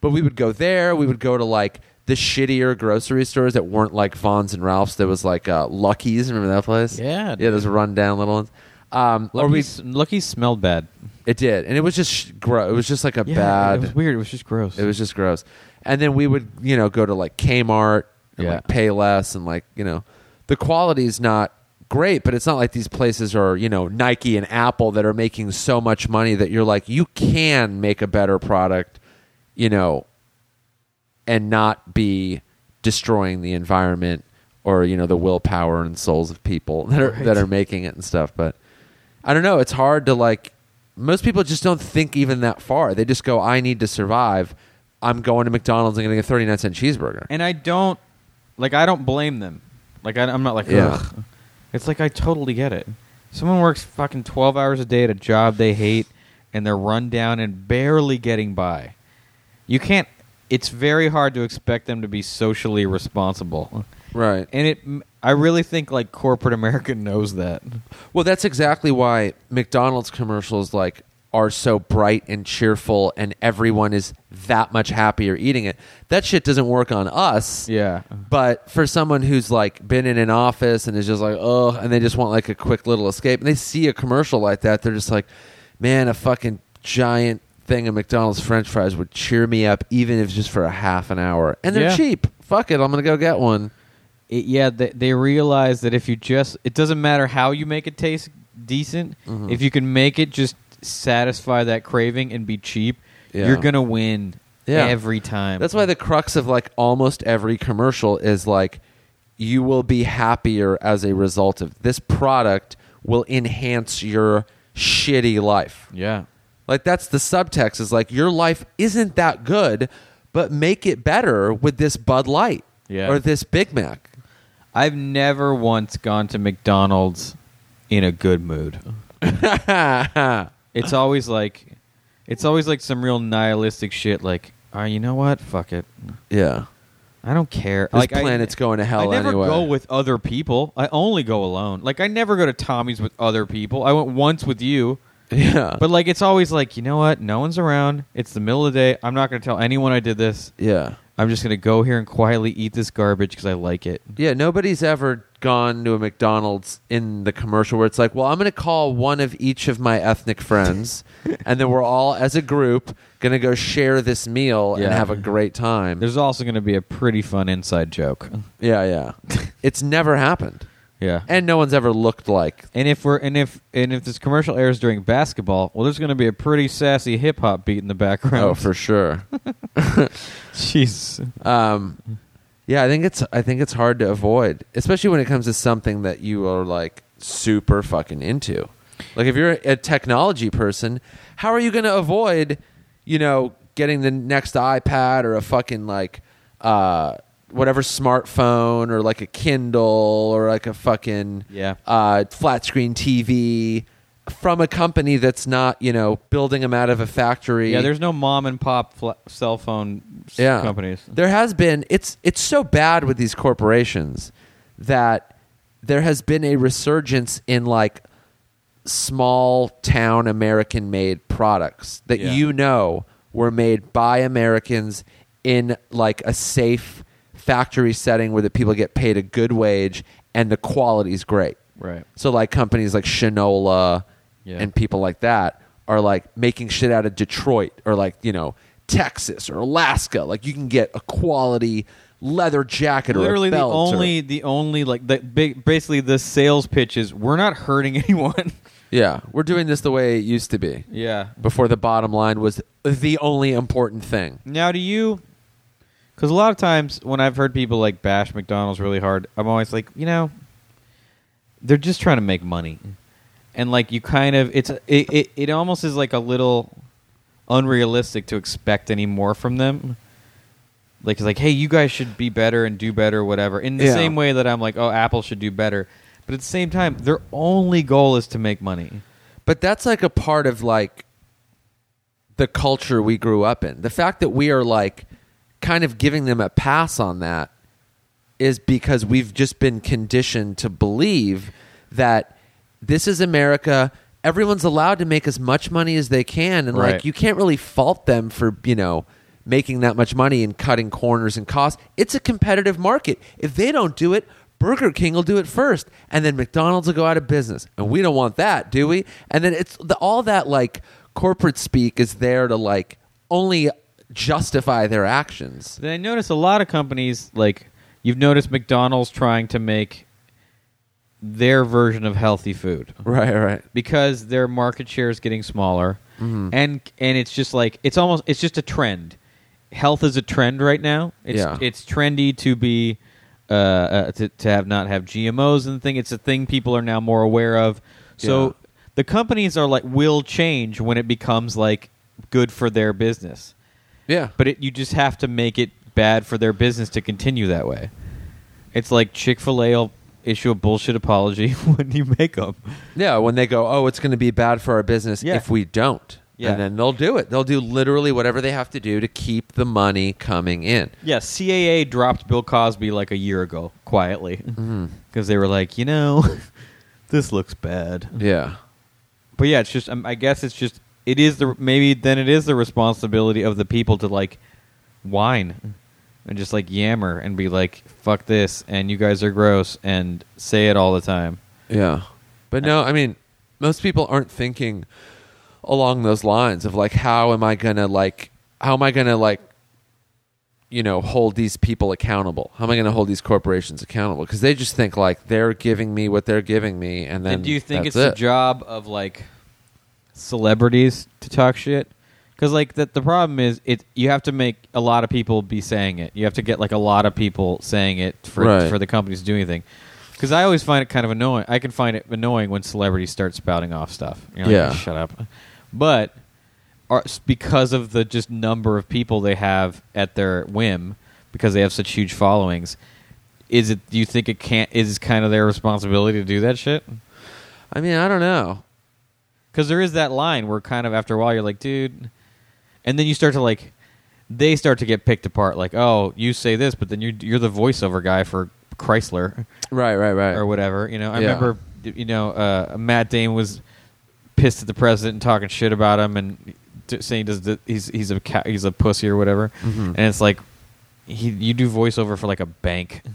S1: But we would go there. We would go to like the shittier grocery stores that weren't like Vaughn's and Ralph's. There was like uh, Lucky's. Remember that place?
S3: Yeah,
S1: yeah. Those rundown little ones. Um, or we
S3: Lucky's, Lucky's smelled bad.
S1: it did, and it was just sh- gross. It was just like a bad.
S3: It was weird. It was just gross.
S1: It was just gross. And then we would, you know, go to like Kmart and
S3: Yeah.
S1: like pay less and like, you know, the quality's not great, but it's not like these places are, you know, Nike and Apple that are making so much money that you're like, you can make a better product, you know, and not be destroying the environment or you know the willpower and souls of people that are that are making it and stuff. But I don't know. It's hard to like. Most people just don't think even that far. They just go, "I need to survive. I'm going to McDonald's. I'm going to get a 39 cent cheeseburger."
S3: And I don't like I don't blame them. Like I, am not like
S1: Yeah.
S3: Ugh. It's like I totally get it. Someone works fucking twelve hours a day at a job they hate, and they're run down and barely getting by. You can't. It's very hard to expect them to be socially responsible.
S1: Right.
S3: And it, I really think like corporate America knows that.
S1: Well, that's exactly why McDonald's commercials like are so bright and cheerful and everyone is that much happier eating it. That shit doesn't work on us.
S3: Yeah.
S1: But for someone who's like been in an office and is just like, oh, and they just want like a quick little escape and they see a commercial like that, they're just like, man, a fucking giant thing of McDonald's french fries would cheer me up even if it's just for a half an hour. And they're
S3: Yeah.
S1: cheap. Fuck it, I'm going to go get one.
S3: it, yeah, they, they realize that if you just, it doesn't matter how you make it taste decent.
S1: Mm-hmm.
S3: If you can make it just satisfy that craving and be cheap,
S1: Yeah.
S3: you're gonna win
S1: Yeah.
S3: every time.
S1: That's why the crux of like almost every commercial is like you will be happier as a result of this product will enhance your shitty life.
S3: yeah,
S1: Like that's the subtext is like your life isn't that good, but make it better with this Bud Light
S3: Yeah.
S1: or this Big Mac.
S3: I've never once gone to McDonald's in a good mood. It's always like, it's always like some real nihilistic shit. Like, ah, you know what? Fuck it.
S1: yeah.
S3: I don't care.
S1: This
S3: I-
S1: planet's going to hell
S3: I never
S1: anyway.
S3: go with other people. I only go alone. Like I never go to Tommy's with other people. I went once with you,
S1: Yeah.
S3: but like it's always like you know what? No one's around. It's the middle of the day. I'm not going to tell anyone I did this.
S1: yeah.
S3: I'm just going to go here and quietly eat this garbage because I like it.
S1: Yeah, nobody's ever gone to a McDonald's in the commercial where it's like, well, I'm going to call one of each of my ethnic friends, and then we're all, as a group, going to go share this meal and
S3: Yeah.
S1: have a great time.
S3: There's also going to be a pretty fun inside joke.
S1: yeah, yeah. it's never happened.
S3: Yeah.
S1: And no one's ever looked like.
S3: And if we're and if and if this commercial airs during basketball, well, there's going to be a pretty sassy hip hop beat in the background.
S1: Oh, for sure.
S3: jeez.
S1: Um, yeah, I think it's I think it's hard to avoid, especially when it comes to something that you are like super fucking into. Like if you're a technology person, how are you going to avoid, you know, getting the next iPad or a fucking like uh whatever smartphone or like a Kindle or like a fucking
S3: Yeah.
S1: uh, flat screen TV from a company that's not, you know, building them out of a factory.
S3: Yeah, there's no mom and pop fla- cell phone s-
S1: yeah.
S3: companies.
S1: There has been it's it's so bad with these corporations that there has been a resurgence in like small town American made products that
S3: Yeah.
S1: you know were made by Americans in like a safe factory setting where the people get paid a good wage and the quality's great.
S3: Right.
S1: So like companies like Shinola
S3: Yeah.
S1: and people like that are like making shit out of Detroit or like, you know, Texas or Alaska. Like you can get a quality leather jacket or
S3: literally
S1: a
S3: the
S1: belt. or-
S3: only the only like the big basically the sales pitch is we're not hurting anyone
S1: Yeah. We're doing this the way it used to be.
S3: yeah
S1: Before the bottom line was the only important thing.
S3: now do you because a lot of times when i've heard people like bash mcdonald's really hard i'm always like you know they're just trying to make money and like you kind of it's it, it, it almost is like a little unrealistic to expect any more from them like it's like hey you guys should be better and do better whatever in the
S1: Yeah.
S3: same way that i'm like oh apple should do better but at the same time their only goal is to make money
S1: But that's like a part of like the culture we grew up in. The fact that we are like kind of giving them a pass on that is because we've just been conditioned to believe that this is America. Everyone's allowed to make as much money as they can. And like,
S3: Right.
S1: you can't really fault them for, you know, making that much money and cutting corners and costs. It's a competitive market. If they don't do it, Burger King will do it first, and then McDonald's will go out of business. And we don't want that, do we? And then it's the, all that like corporate speak is there to like only justify their actions.
S3: Then I notice a lot of companies like you've noticed McDonald's trying to make their version of healthy food
S1: Right, right.
S3: because their market share is getting smaller,
S1: Mm-hmm.
S3: and and it's just like it's almost it's just a trend. Health is a trend right now. It's
S1: Yeah.
S3: it's trendy to be uh, uh, to, to have not have GMOs and thing. It's a thing people are now more aware of. So
S1: Yeah.
S3: the companies are like will change when it becomes like good for their business.
S1: Yeah.
S3: But it, you just have to make it bad for their business to continue that way. It's like Chick Fil A will issue a bullshit apology when you make them.
S1: Yeah, when they go, oh, it's going to be bad for our business
S3: Yeah.
S1: if we don't.
S3: Yeah.
S1: And then they'll do it. They'll do literally whatever they have to do to keep the money coming in.
S3: Yeah, CAA dropped Bill Cosby like a year ago quietly because they were like, you know, this looks bad.
S1: Yeah.
S3: But yeah, it's just um, I guess it's just it is the maybe then it is the responsibility of the people to like whine and just like yammer and be like fuck this and you guys are gross and say it all the time.
S1: Yeah. But no, I mean, most people aren't thinking along those lines of like, how am I going to like, how am I going to like, you know, hold these people accountable? How am I going to hold these corporations accountable? Because they just think like they're giving me what they're giving me, and then
S3: and do you think
S1: that's
S3: it's the
S1: it.
S3: job of like celebrities to talk shit? Because like that, the problem is it. You have to make a lot of people be saying it. You have to get like a lot of people saying it for
S1: Right.
S3: for the companies to do anything. Because I always find it kind of annoying. I can find it annoying when celebrities start spouting off stuff. You're like,
S1: Yeah.
S3: shut up. But are, s- because of the just number of people they have at their whim, because they have such huge followings, is it? Do you think it can't? Is kind of their responsibility to do that shit?
S1: I mean, I don't know.
S3: because there is that line where kind of after a while you're like, dude, and then you start to like, they start to get picked apart. Like, oh, you say this, but then you're you're the voiceover guy for Chrysler
S1: Right, right, right.
S3: or whatever. You know, I
S1: Yeah.
S3: remember, you know, uh, Matt Damon was pissed at the president and talking shit about him and t- saying does the, he's he's a ca- he's a pussy or whatever.
S1: Mm-hmm.
S3: And it's like, he you do voiceover for like a bank.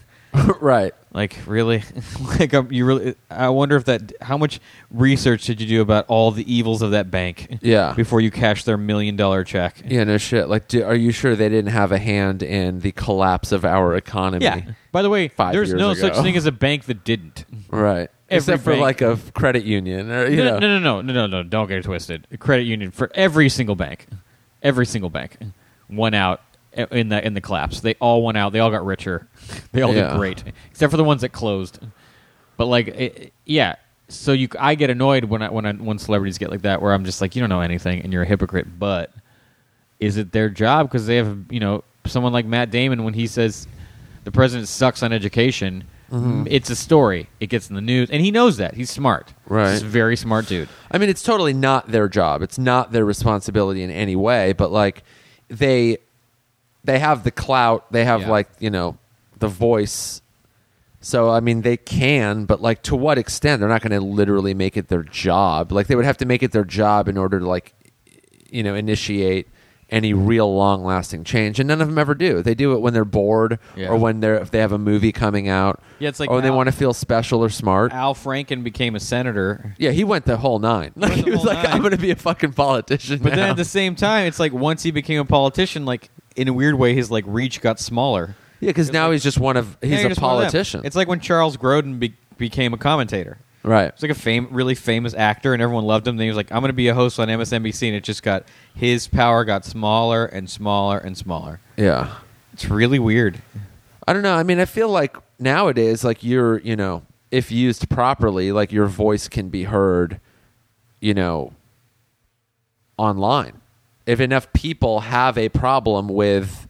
S1: right.
S3: Like really, like um, you really. I wonder if that. How much research did you do about all the evils of that bank?
S1: Yeah.
S3: Before you cash their million dollar check.
S1: Yeah, no shit. Like, do, are you sure they didn't have a hand in the collapse of our economy?
S3: Yeah. By the way,
S1: Five
S3: there's
S1: years
S3: no
S1: ago.
S3: such thing as a bank that didn't.
S1: Right. Except for
S3: bank-
S1: like a f- credit union, or you
S3: No,
S1: know,
S3: no, no, no, no, no, no. Don't get it twisted. Credit union for every single bank, every single bank, went out i- in the in the collapse. They all went out. They all got richer. They all
S1: Yeah.
S3: did great, except for the ones that closed. But like, it, yeah. So you, I get annoyed when I when I, when celebrities get like that, where I'm just like, you don't know anything, and you're a hypocrite. But is it their job because they have you know someone like Matt Damon when he says the president sucks on education.
S1: Mm-hmm.
S3: It's a story. It gets in the news, and he knows that. He's smart.
S1: Right.
S3: He's a very smart dude.
S1: I mean, it's totally not their job. It's not their responsibility in any way. But like, they they have the clout. They have
S3: Yeah.
S1: like you know the voice. So I mean, they can, but like, to what extent? They're not going to literally make it their job. Like, they would have to make it their job in order to like, you know, initiate any real long lasting change. And none of them ever do. They do it when they're bored
S3: Yeah.
S1: or when they're if they have a movie coming out.
S3: Yeah, it's like
S1: or when they
S3: Al-
S1: want to feel special or smart.
S3: Al Franken became a senator.
S1: Yeah, he went the whole nine. Like
S3: went
S1: he
S3: the
S1: was
S3: whole
S1: like,
S3: nine.
S1: I'm gonna be a fucking politician.
S3: But then
S1: now."
S3: at the same time, it's like once he became a politician, like in a weird way, his like reach got smaller.
S1: yeah, because now he's just one of
S3: Yeah,
S1: he's
S3: you're
S1: a
S3: just one of them.
S1: politician.
S3: It's like when Charles Grodin be- became a commentator.
S1: right.
S3: It's like a fame, really famous actor, and everyone loved him. Then he was like, "I'm going to be a host on MSNBC," and it just got his power got smaller and smaller and smaller.
S1: Yeah.
S3: It's really weird.
S1: I don't know. I mean, I feel like nowadays, like you're, you know, if used properly, like your voice can be heard, you know, online. If enough people have a problem with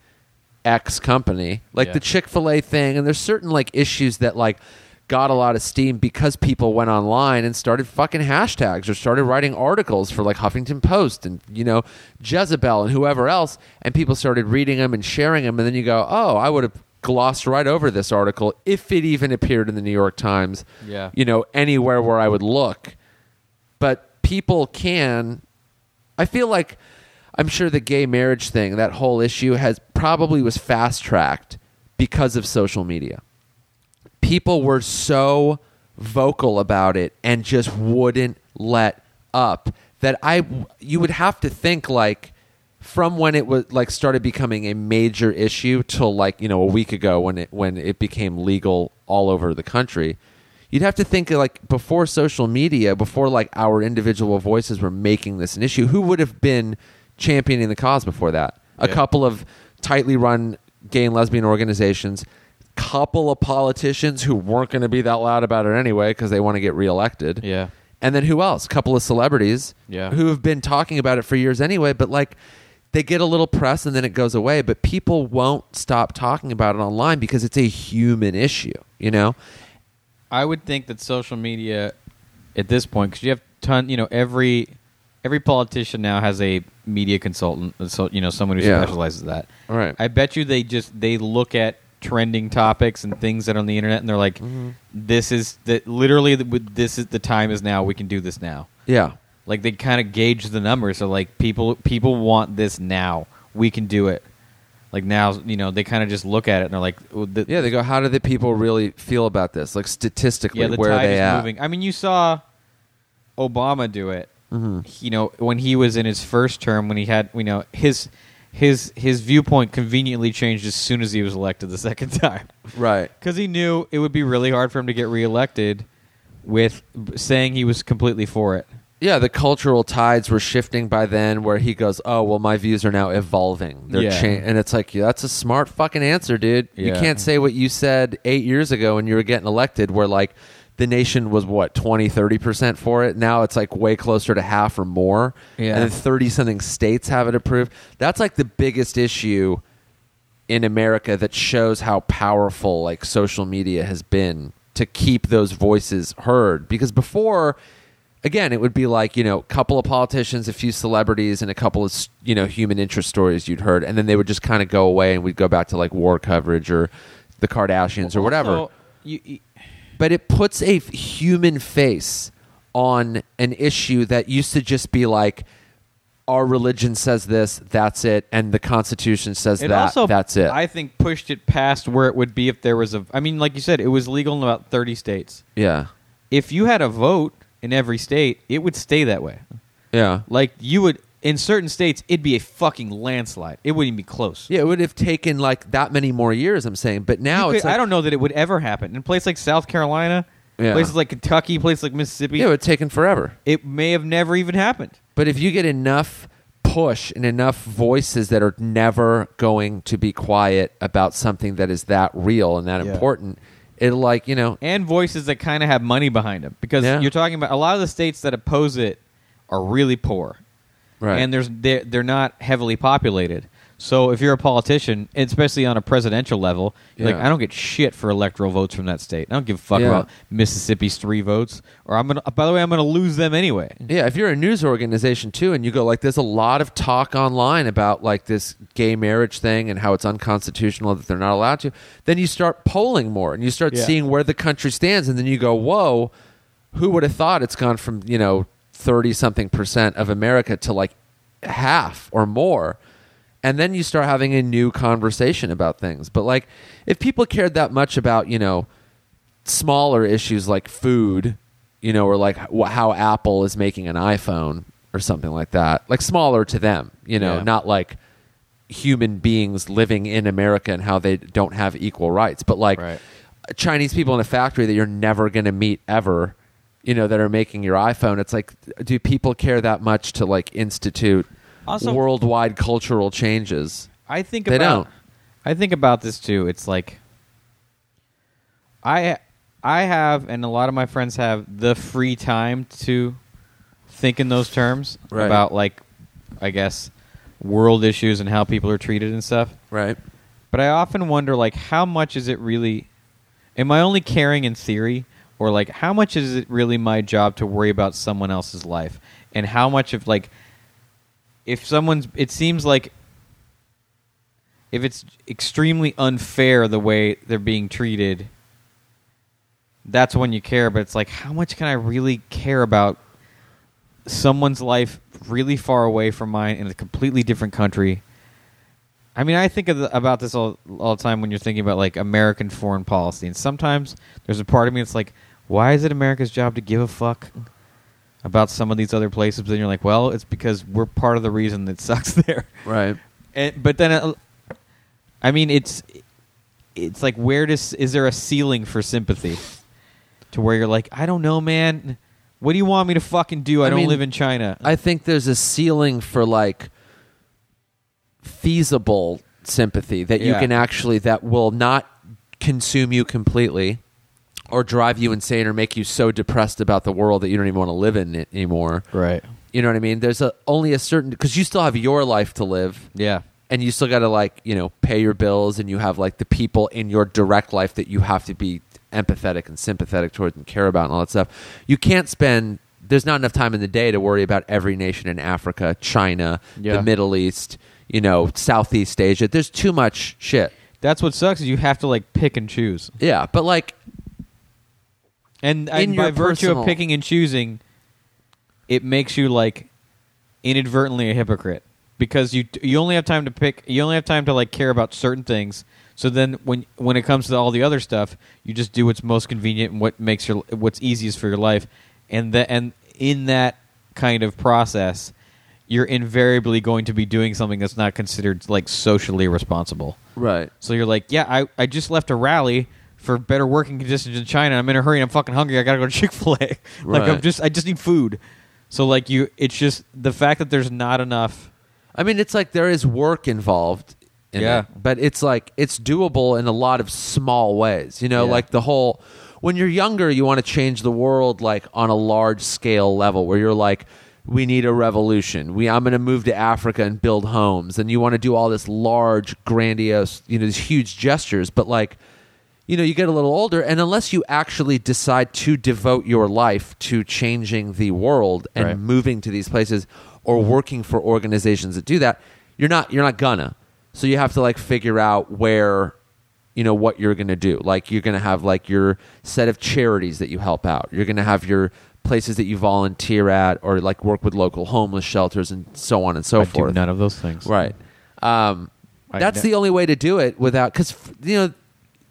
S1: X company, like
S3: Yeah.
S1: the Chick fil A thing, and there's certain like issues that like got a lot of steam because people went online and started fucking hashtags or started writing articles for like Huffington Post and you know Jezebel and whoever else and people started reading them and sharing them and then you go oh I would have glossed right over this article if it even appeared in the New York Times
S3: Yeah.
S1: you know anywhere where I would look but people can i feel like i'm sure the gay marriage thing that whole issue has probably was fast tracked because of social media people were so vocal about it and just wouldn't let up that i you would have to think like from when it was like started becoming a major issue till like you know a week ago when it when it became legal all over the country you'd have to think like before social media before like our individual voices were making this an issue who would have been championing the cause before that a
S3: Yeah.
S1: couple of tightly run gay and lesbian organizations couple of politicians who weren't going to be that loud about it anyway because they want to get reelected.
S3: Yeah.
S1: And then who else? couple of celebrities
S3: Yeah.
S1: who have been talking about it for years anyway, but like they get a little press and then it goes away, but people won't stop talking about it online because it's a human issue, you know?
S3: I would think that social media at this point, because you have ton, you know, every every politician now has a media consultant, uh, so you know, someone who
S1: Yeah.
S3: specializes in that.
S1: All right.
S3: I bet you they just they look at trending topics and things that are on the internet, and they're like, "This is that literally the, with- this is the time is now. We can do this now."
S1: Yeah.
S3: Like they kind of gauge the numbers. So like people people want this now. We can do it. Like now, you know, they kind of just look at it and they're like, well, the,
S1: Yeah, they go, how do the people really feel about this? Like statistically,
S3: yeah, the
S1: where are
S3: tide
S1: they
S3: is
S1: at?
S3: moving. I mean, you saw Obama do it.
S1: Mm-hmm.
S3: You know, when he was in his first term, when he had, you know, his his his viewpoint conveniently changed as soon as he was elected the second time,
S1: Right.
S3: because he knew it would be really hard for him to get reelected with b- saying he was completely for it.
S1: Yeah, the cultural tides were shifting by then where he goes, "Oh, well my views are now evolving." They're
S3: Yeah.
S1: cha- and it's like, yeah, that's a smart fucking answer, dude. You
S3: Yeah.
S1: can't say what you said 8 years ago when you were getting elected where like the nation was what 20 30% for it. Now it's like way closer to half or more.
S3: Yeah.
S1: And then 30 something states have it approved. That's like the biggest issue in America that shows how powerful like social media has been to keep those voices heard because before again it would be like you know a couple of politicians a few celebrities and a couple of s- you know human interest stories you'd heard and then they would just kind of go away and we'd go back to like war coverage or the Kardashians or whatever
S3: So, you- you-
S1: but it puts a f- human face on an issue that used to just be like our religion says this that's it and the constitution says
S3: it
S1: that
S3: also,
S1: that's it
S3: I think pushed it past where it would be if there was a. I mean, like you said, it was legal in about thirty states.
S1: yeah
S3: If you had a vote in every state, it would stay that way.
S1: yeah
S3: Like you would in certain states, it'd be a fucking landslide. It wouldn't even be close.
S1: Yeah, it would have taken like that many more years. I'm saying, but
S3: You
S1: now
S3: could-
S1: it's like,
S3: I don't know that it would ever happen in places like South Carolina,
S1: Yeah.
S3: places like Kentucky, places like Mississippi.
S1: Yeah, it would have taken forever.
S3: it may have never even happened.
S1: But if you get enough push and enough voices that are never going to be quiet about something that is that real and that
S3: Yeah.
S1: important, it'll like you know,
S3: And voices that kind of have money behind them, because
S1: Yeah.
S3: you're talking about a lot of the states that oppose it are really poor,
S1: Right.
S3: And there's they're, they're not heavily populated. So if you're a politician, especially on a presidential level, you're like
S1: Yeah.
S3: I don't get shit for electoral votes from that state. I don't give a fuck
S1: Yeah.
S3: about Mississippi's three votes, or I'm gonna. By the way, I'm gonna lose them anyway.
S1: Yeah, if you're a news organization too, and you go like, there's a lot of talk online about like this gay marriage thing and how it's unconstitutional that they're not allowed to, then you start polling more and you start
S3: Yeah.
S1: seeing where the country stands, and then you go, whoa, who would have thought it's gone from you know thirty something percent of America to like half or more, and then you start having a new conversation about things. But like, if people cared that much about you know smaller issues like food, you know, or like wh- how Apple is making an iPhone or something like that, like smaller to them, you know,
S3: Yeah.
S1: not like human beings living in America and how they don't have equal rights, but like
S3: Right.
S1: Chinese people in a factory that you're never going to meet ever, you know, that are making your iPhone. It's like, do people care that much to like institute
S3: Also-
S1: worldwide cultural changes?
S3: I think
S1: They
S3: about,
S1: don't.
S3: I think about this too. It's like I I have and a lot of my friends have the free time to think in those terms
S1: Right.
S3: about like I guess world issues and how people are treated and stuff.
S1: Right.
S3: But I often wonder like how much is it really am I only caring in theory or like how much is it really my job to worry about someone else's life and how much of like if someone's it seems like if it's extremely unfair the way they're being treated that's when you care but it's like how much can I really care about someone's life really far away from mine in a completely different country I mean, I think of the, about this all all the time when you're thinking about like American foreign policy, and sometimes there's a part of me that's like, why is it America's job to give a fuck about some of these other places? But then you're like, well, it's because we're part of the reason that sucks there.
S1: Right.
S3: And, but then, uh, I mean, it's it's like where does is there a ceiling for sympathy to where you're like, I don't know, man. What do you want me to fucking do? I,
S1: I
S3: don't
S1: mean,
S3: live in China.
S1: I think there's a ceiling for like feasible sympathy that you
S3: Yeah.
S1: can actually that will not consume you completely or drive you insane or make you so depressed about the world that you don't even want to live in it anymore.
S3: Right.
S1: You know what I mean? There's a, only a certain because you still have your life to live
S3: Yeah.
S1: and you still got to like, you know, pay your bills and you have like the people in your direct life that you have to be empathetic and sympathetic towards and care about and all that stuff. You can't spend there's not enough time in the day to worry about every nation in Africa, China,
S3: Yeah.
S1: the Middle East, you know, Southeast Asia. There's too much shit.
S3: That's what sucks. Is you have to like pick and choose,
S1: Yeah, but like
S3: and, and
S1: In
S3: by
S1: your
S3: virtue
S1: personal-
S3: of picking and choosing, it makes you like inadvertently a hypocrite because you you only have time to pick. You only have time to like care about certain things. So then, when when it comes to all the other stuff, you just do what's most convenient and what makes your what's easiest for your life, and the, and in that kind of process, you're invariably going to be doing something that's not considered like socially responsible.
S1: right.
S3: So you're like, yeah, I, I just left a rally for better working conditions in China. I'm in a hurry. I'm fucking hungry. I gotta go to Chick Fil A. like I'm
S1: Right.
S3: just I just need food. So like you, it's just the fact that there's not enough.
S1: I mean, it's like there is work involved. In
S3: Yeah.
S1: It, but it's like it's doable in a lot of small ways. You know,
S3: Yeah.
S1: like the whole when you're younger, you want to change the world like on a large scale level where you're like, we need a revolution. We I'm going to move to Africa and build homes, and you want to do all this large, grandiose, you know, these huge gestures. But like, you know, you get a little older, and unless you actually decide to devote your life to changing the world and
S3: Right.
S1: moving to these places or
S3: Mm-hmm.
S1: working for organizations that do that you're not you're not gonna so you have to like figure out where you know what you're gonna do like you're gonna have like your set of charities that you help out you're gonna have your places that you volunteer at or like work with local homeless shelters and so on and so
S3: I do
S1: forth
S3: none of those things.
S1: Right. Um,
S3: I
S1: that's
S3: ne-
S1: the only way to do it without, because, you know,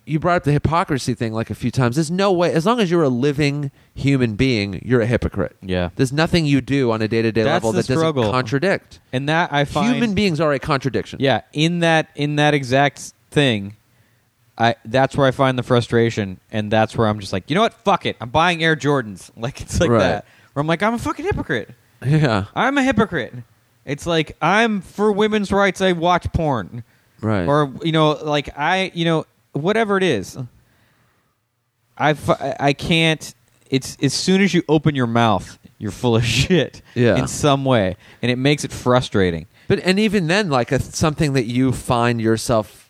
S1: you brought up the hypocrisy thing like a few times. There's no way, as long as you're a living human being, you're a hypocrite.
S3: Yeah.
S1: There's nothing you do on a day to day
S3: That's
S1: level
S3: the
S1: that doesn't
S3: struggle.
S1: contradict.
S3: And that I find
S1: Human beings are a contradiction.
S3: Yeah, in that in that exact thing, I that's where I find the frustration, and that's where I'm just like, you know what? Fuck it. I'm buying Air Jordans. Like it's like
S1: Right.
S3: that. Where I'm like, I'm a fucking hypocrite.
S1: Yeah.
S3: I'm a hypocrite. It's like I'm for women's rights. I watch porn,
S1: Right.
S3: Or you know, like I, you know, whatever it is. I fu- I I can't. It's as soon as you open your mouth, you're full of shit
S1: Yeah.
S3: in some way, and it makes it frustrating.
S1: But, and even then, like a, something that you find yourself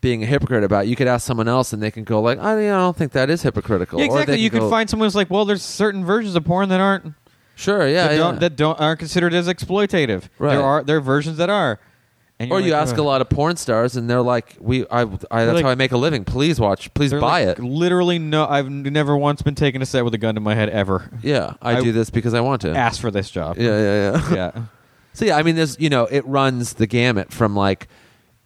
S1: being a hypocrite about, you could ask someone else and they can go, like, I, I don't think that is hypocritical.
S3: Yeah,
S1: Or they
S3: exactly. You can
S1: go,
S3: find someone who's like, well, there's certain versions of porn that aren't
S1: Sure, yeah.
S3: that, don't,
S1: yeah.
S3: that don't aren't considered as exploitative.
S1: Right.
S3: There are there are versions that are. And you're
S1: Or you
S3: like,
S1: ask
S3: "Ugh."
S1: a lot of porn stars, and they're like, "We, I, I that's
S3: like-
S1: how I make a living. Please watch, please
S3: They're
S1: buy
S3: like,
S1: it.
S3: Literally, no. I've n- never once been taken a set with a gun to my head ever.
S1: Yeah, I,
S3: I-
S1: do this because I want to. Yeah,
S3: Ask for this job.
S1: yeah, yeah.
S3: yeah.
S1: so yeah, I mean, there's you know, it runs the gamut from like,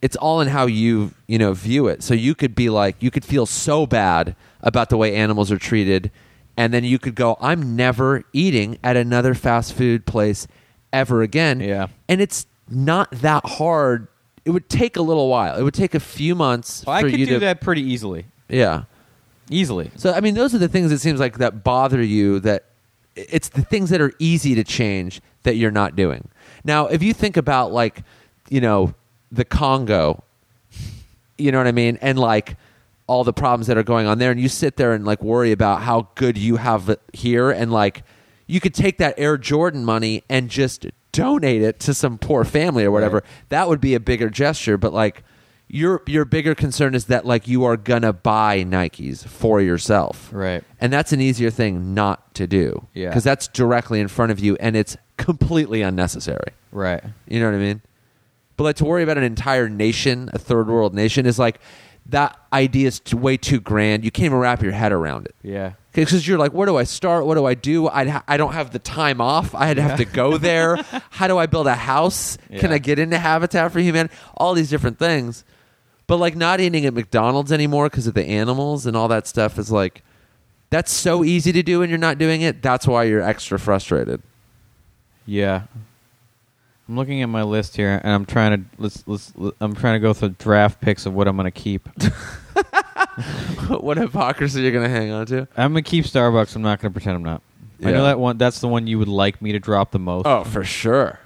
S1: it's all in how you you know view it. So you could be like, you could feel so bad about the way animals are treated, and then you could go, "I'm never eating at another fast food place ever again."
S3: Yeah.
S1: and it's not that hard. It would take a little while. It would take a few months
S3: Well, I
S1: for
S3: could
S1: you
S3: do
S1: to
S3: that pretty easily.
S1: yeah.
S3: Easily.
S1: So I mean, those are the things it seems like that bother you. That it's the things that are easy to change that you're not doing. Now, if you think about like, you know, the Congo, you know what I mean, and like all the problems that are going on there, and you sit there and like worry about how good you have it here, and like you could take that Air Jordan money and just donate it to some poor family or whatever. That would be a bigger gesture, but like your your bigger concern is that like you are gonna buy Nikes for yourself,
S3: Right.
S1: And that's an easier thing not to do,
S3: Yeah.
S1: because that's directly in front of you and it's completely unnecessary.
S3: Right.
S1: You know what I mean? But like to worry about an entire nation, a third world nation, is like that idea is t- way too grand. You can't even wrap your head around it.
S3: Yeah.
S1: Because you're like, where do I start? What do I do? I'd ha- I don't have the time off. I'd have to go there. How do I build a house? Can
S3: Yeah.
S1: I get into Habitat for Humanity? All these different things. But like not eating at McDonald's anymore because of the animals and all that stuff is like, that's so easy to do and you're not doing it. That's why you're extra frustrated.
S3: Yeah. I'm looking at my list here, and I'm trying to let's, let's I'm trying to go through draft picks of what I'm going to keep.
S1: what hypocrisy you're going to hang on to?
S3: I'm gonna keep Starbucks. I'm not gonna pretend I'm not. I
S1: Yeah.
S3: know that one. That's the one you would like me to drop the most.
S1: Oh, for sure.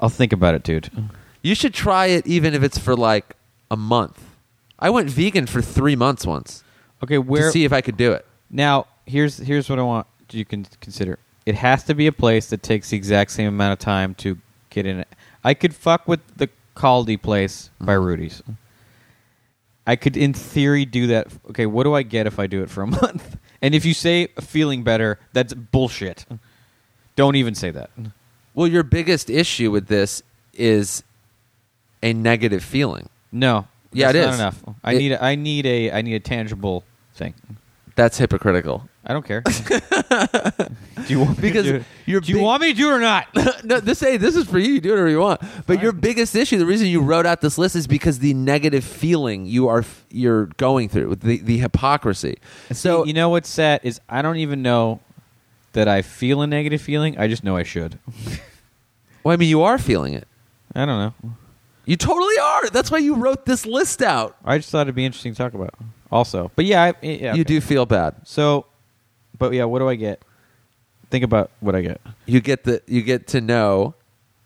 S3: I'll think about it, dude.
S1: Mm. You should try it even if it's for like a month. I went vegan for three months once
S3: Okay, where
S1: to see if I could do it.
S3: now? Here's here's what I want you can consider. It has to be a place that takes the exact same amount of time to get in. it. I could fuck with the Caldi place by
S1: Mm-hmm.
S3: Rudy's. I could, in theory, do that. Okay, what do I get if I do it for a month? And if you say feeling better, that's bullshit. Don't even say that.
S1: Well, your biggest issue with this is a negative feeling.
S3: No.
S1: Yeah,
S3: that's
S1: it
S3: not
S1: is.
S3: enough. I
S1: It-
S3: need. A, I need a. I need a tangible thing.
S1: That's hypocritical.
S3: I don't care. do you want me
S1: Because
S3: to do it?
S1: your
S3: Do you
S1: big-
S3: want me to do it or not?
S1: no, this hey, this is for you. You do whatever you want. But your biggest issue, the reason you wrote out this list, is because the negative feeling you are f- you're going through, the the hypocrisy. So
S3: you know what's sad is I don't even know that I feel a negative feeling. I just know I should.
S1: well, I mean, you are feeling it.
S3: I don't know.
S1: You totally are. That's why you wrote this list out.
S3: I just thought it'd be interesting to talk about. Also, but yeah, I, eh, yeah okay.
S1: You do feel bad.
S3: So, but yeah, what do I get? Think about what I get.
S1: You get the you get to know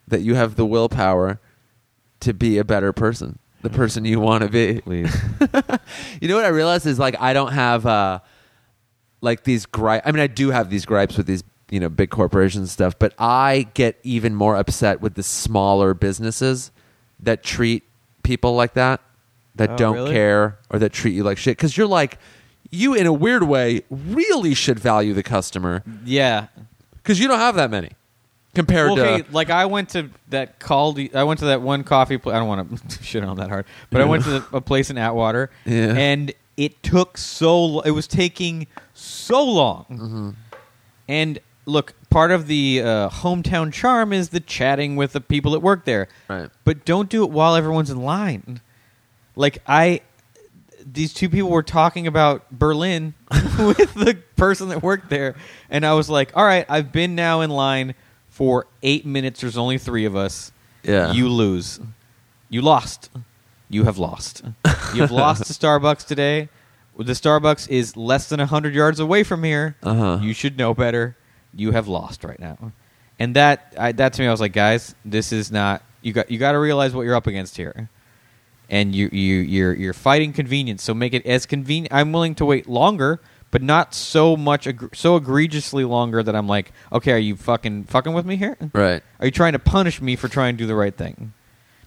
S1: that you have the willpower to be a better person,
S3: Mm.
S1: the person you want to be.
S3: Please.
S1: You know what I realized is like I don't have uh like these gripes. I mean, I do have these gripes with these you know big corporations and stuff, but I get even more upset with the smaller businesses that treat people like that, that
S3: Oh,
S1: don't
S3: really?
S1: care or that treat you like shit. Because you're like, you in a weird way really should value the customer
S3: yeah.
S1: because you don't have that many compared
S3: Well, okay,
S1: to.
S3: like I went to that Caldi. I went to that one coffee. Pla- I don't want to shit on that hard, but I went to the, a place in Atwater,
S1: Yeah.
S3: and it took so. Lo- it was taking so long.
S1: Mm-hmm.
S3: And look, part of the uh, hometown charm is the chatting with the people that work there.
S1: Right.
S3: But don't do it while everyone's in line. Like I, these two people were talking about Berlin with the person that worked there, and I was like, "All right, I've been now in line for eight minutes. There's only three of us.
S1: Yeah.
S3: you lose. You lost. You have lost. You have lost to Starbucks today. The Starbucks is less than hundred yards away from here.
S1: Uh-huh.
S3: You should know better. You have lost right now." And that I, that to me, I was like, "Guys, this is not you got. You got to realize what you're up against here." and you you you're you're fighting convenience. So make it as convenient. I'm willing to wait longer, but not so much egr- so egregiously longer that I'm like, okay, are you fucking fucking with me here?
S1: Right.
S3: Are you trying to punish me for trying to do the right thing?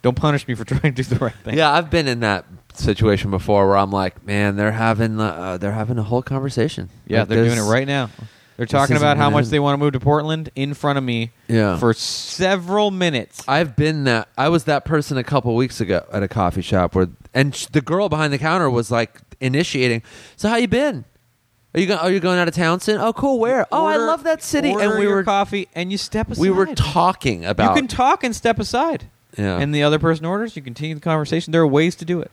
S3: Don't punish me for trying to do the right thing.
S1: Yeah, I've been in that situation before where I'm like, man, they're having uh, they're having a whole conversation.
S3: yeah,
S1: Like,
S3: they're doing it
S1: there's-
S3: right now. They're
S1: this
S3: talking
S1: isn't
S3: about how
S1: gonna
S3: much
S1: end.
S3: they want to move to Portland in front of me
S1: Yeah.
S3: for several minutes.
S1: I've been that. I was that person a couple weeks ago at a coffee shop where, and sh- the girl behind the counter was like initiating. So how you been? Are you going? Are you going out of town soon? Oh, cool. Where? oh, I
S3: Order-
S1: love that city.
S3: order
S1: And we
S3: your
S1: were
S3: coffee, and you step aside.
S1: we were talking about.
S3: You can talk and step aside.
S1: Yeah.
S3: And the other person orders, you continue the conversation. There are ways to do it.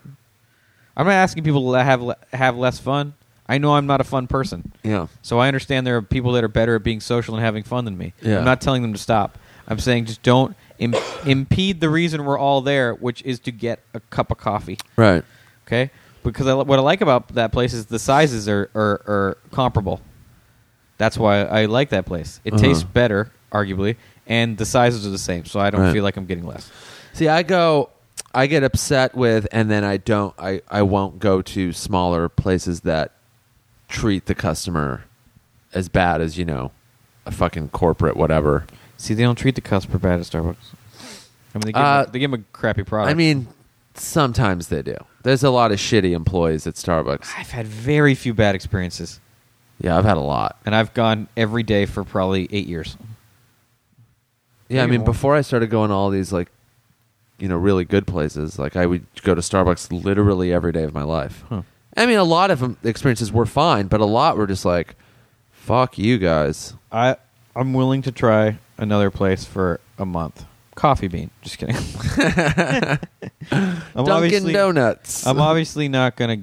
S3: I'm not asking people to have le- have less fun. I know I'm not a fun person.
S1: yeah,
S3: So I understand there are people that are better at being social and having fun than me.
S1: Yeah.
S3: I'm not telling them to stop. I'm saying just don't Im- impede the reason we're all there, which is to get a cup of coffee.
S1: right.
S3: Okay? Because I, li- what I like about that place is the sizes are, are, are comparable. That's why I like that place. It
S1: Uh-huh.
S3: tastes better, arguably, and the sizes are the same, so I don't
S1: Right.
S3: feel like I'm getting less.
S1: See, I go. I get upset with, and then I don't. I I won't go to smaller places that treat the customer as bad as you know a fucking corporate whatever.
S3: See, they don't treat the customer bad at Starbucks. I mean, they give,
S1: Uh,
S3: them, they give 'em a crappy product.
S1: I mean, sometimes they do. There's a lot of shitty employees at Starbucks.
S3: I've had very few bad experiences,
S1: Yeah, I've had a lot.
S3: and I've gone every day for probably eight years.
S1: Yeah, I
S3: Maybe
S1: mean,
S3: more.
S1: before I started going to all these like, you know, really good places, like I would go to Starbucks literally every day of my life.
S3: Huh.
S1: I mean, a lot of them- experiences were fine, but a lot were just like, "Fuck you guys."
S3: I I'm willing to try another place for a month. Coffee Bean. Just kidding. I'm
S1: Dunkin'
S3: obviously-
S1: Donuts.
S3: I'm obviously not gonna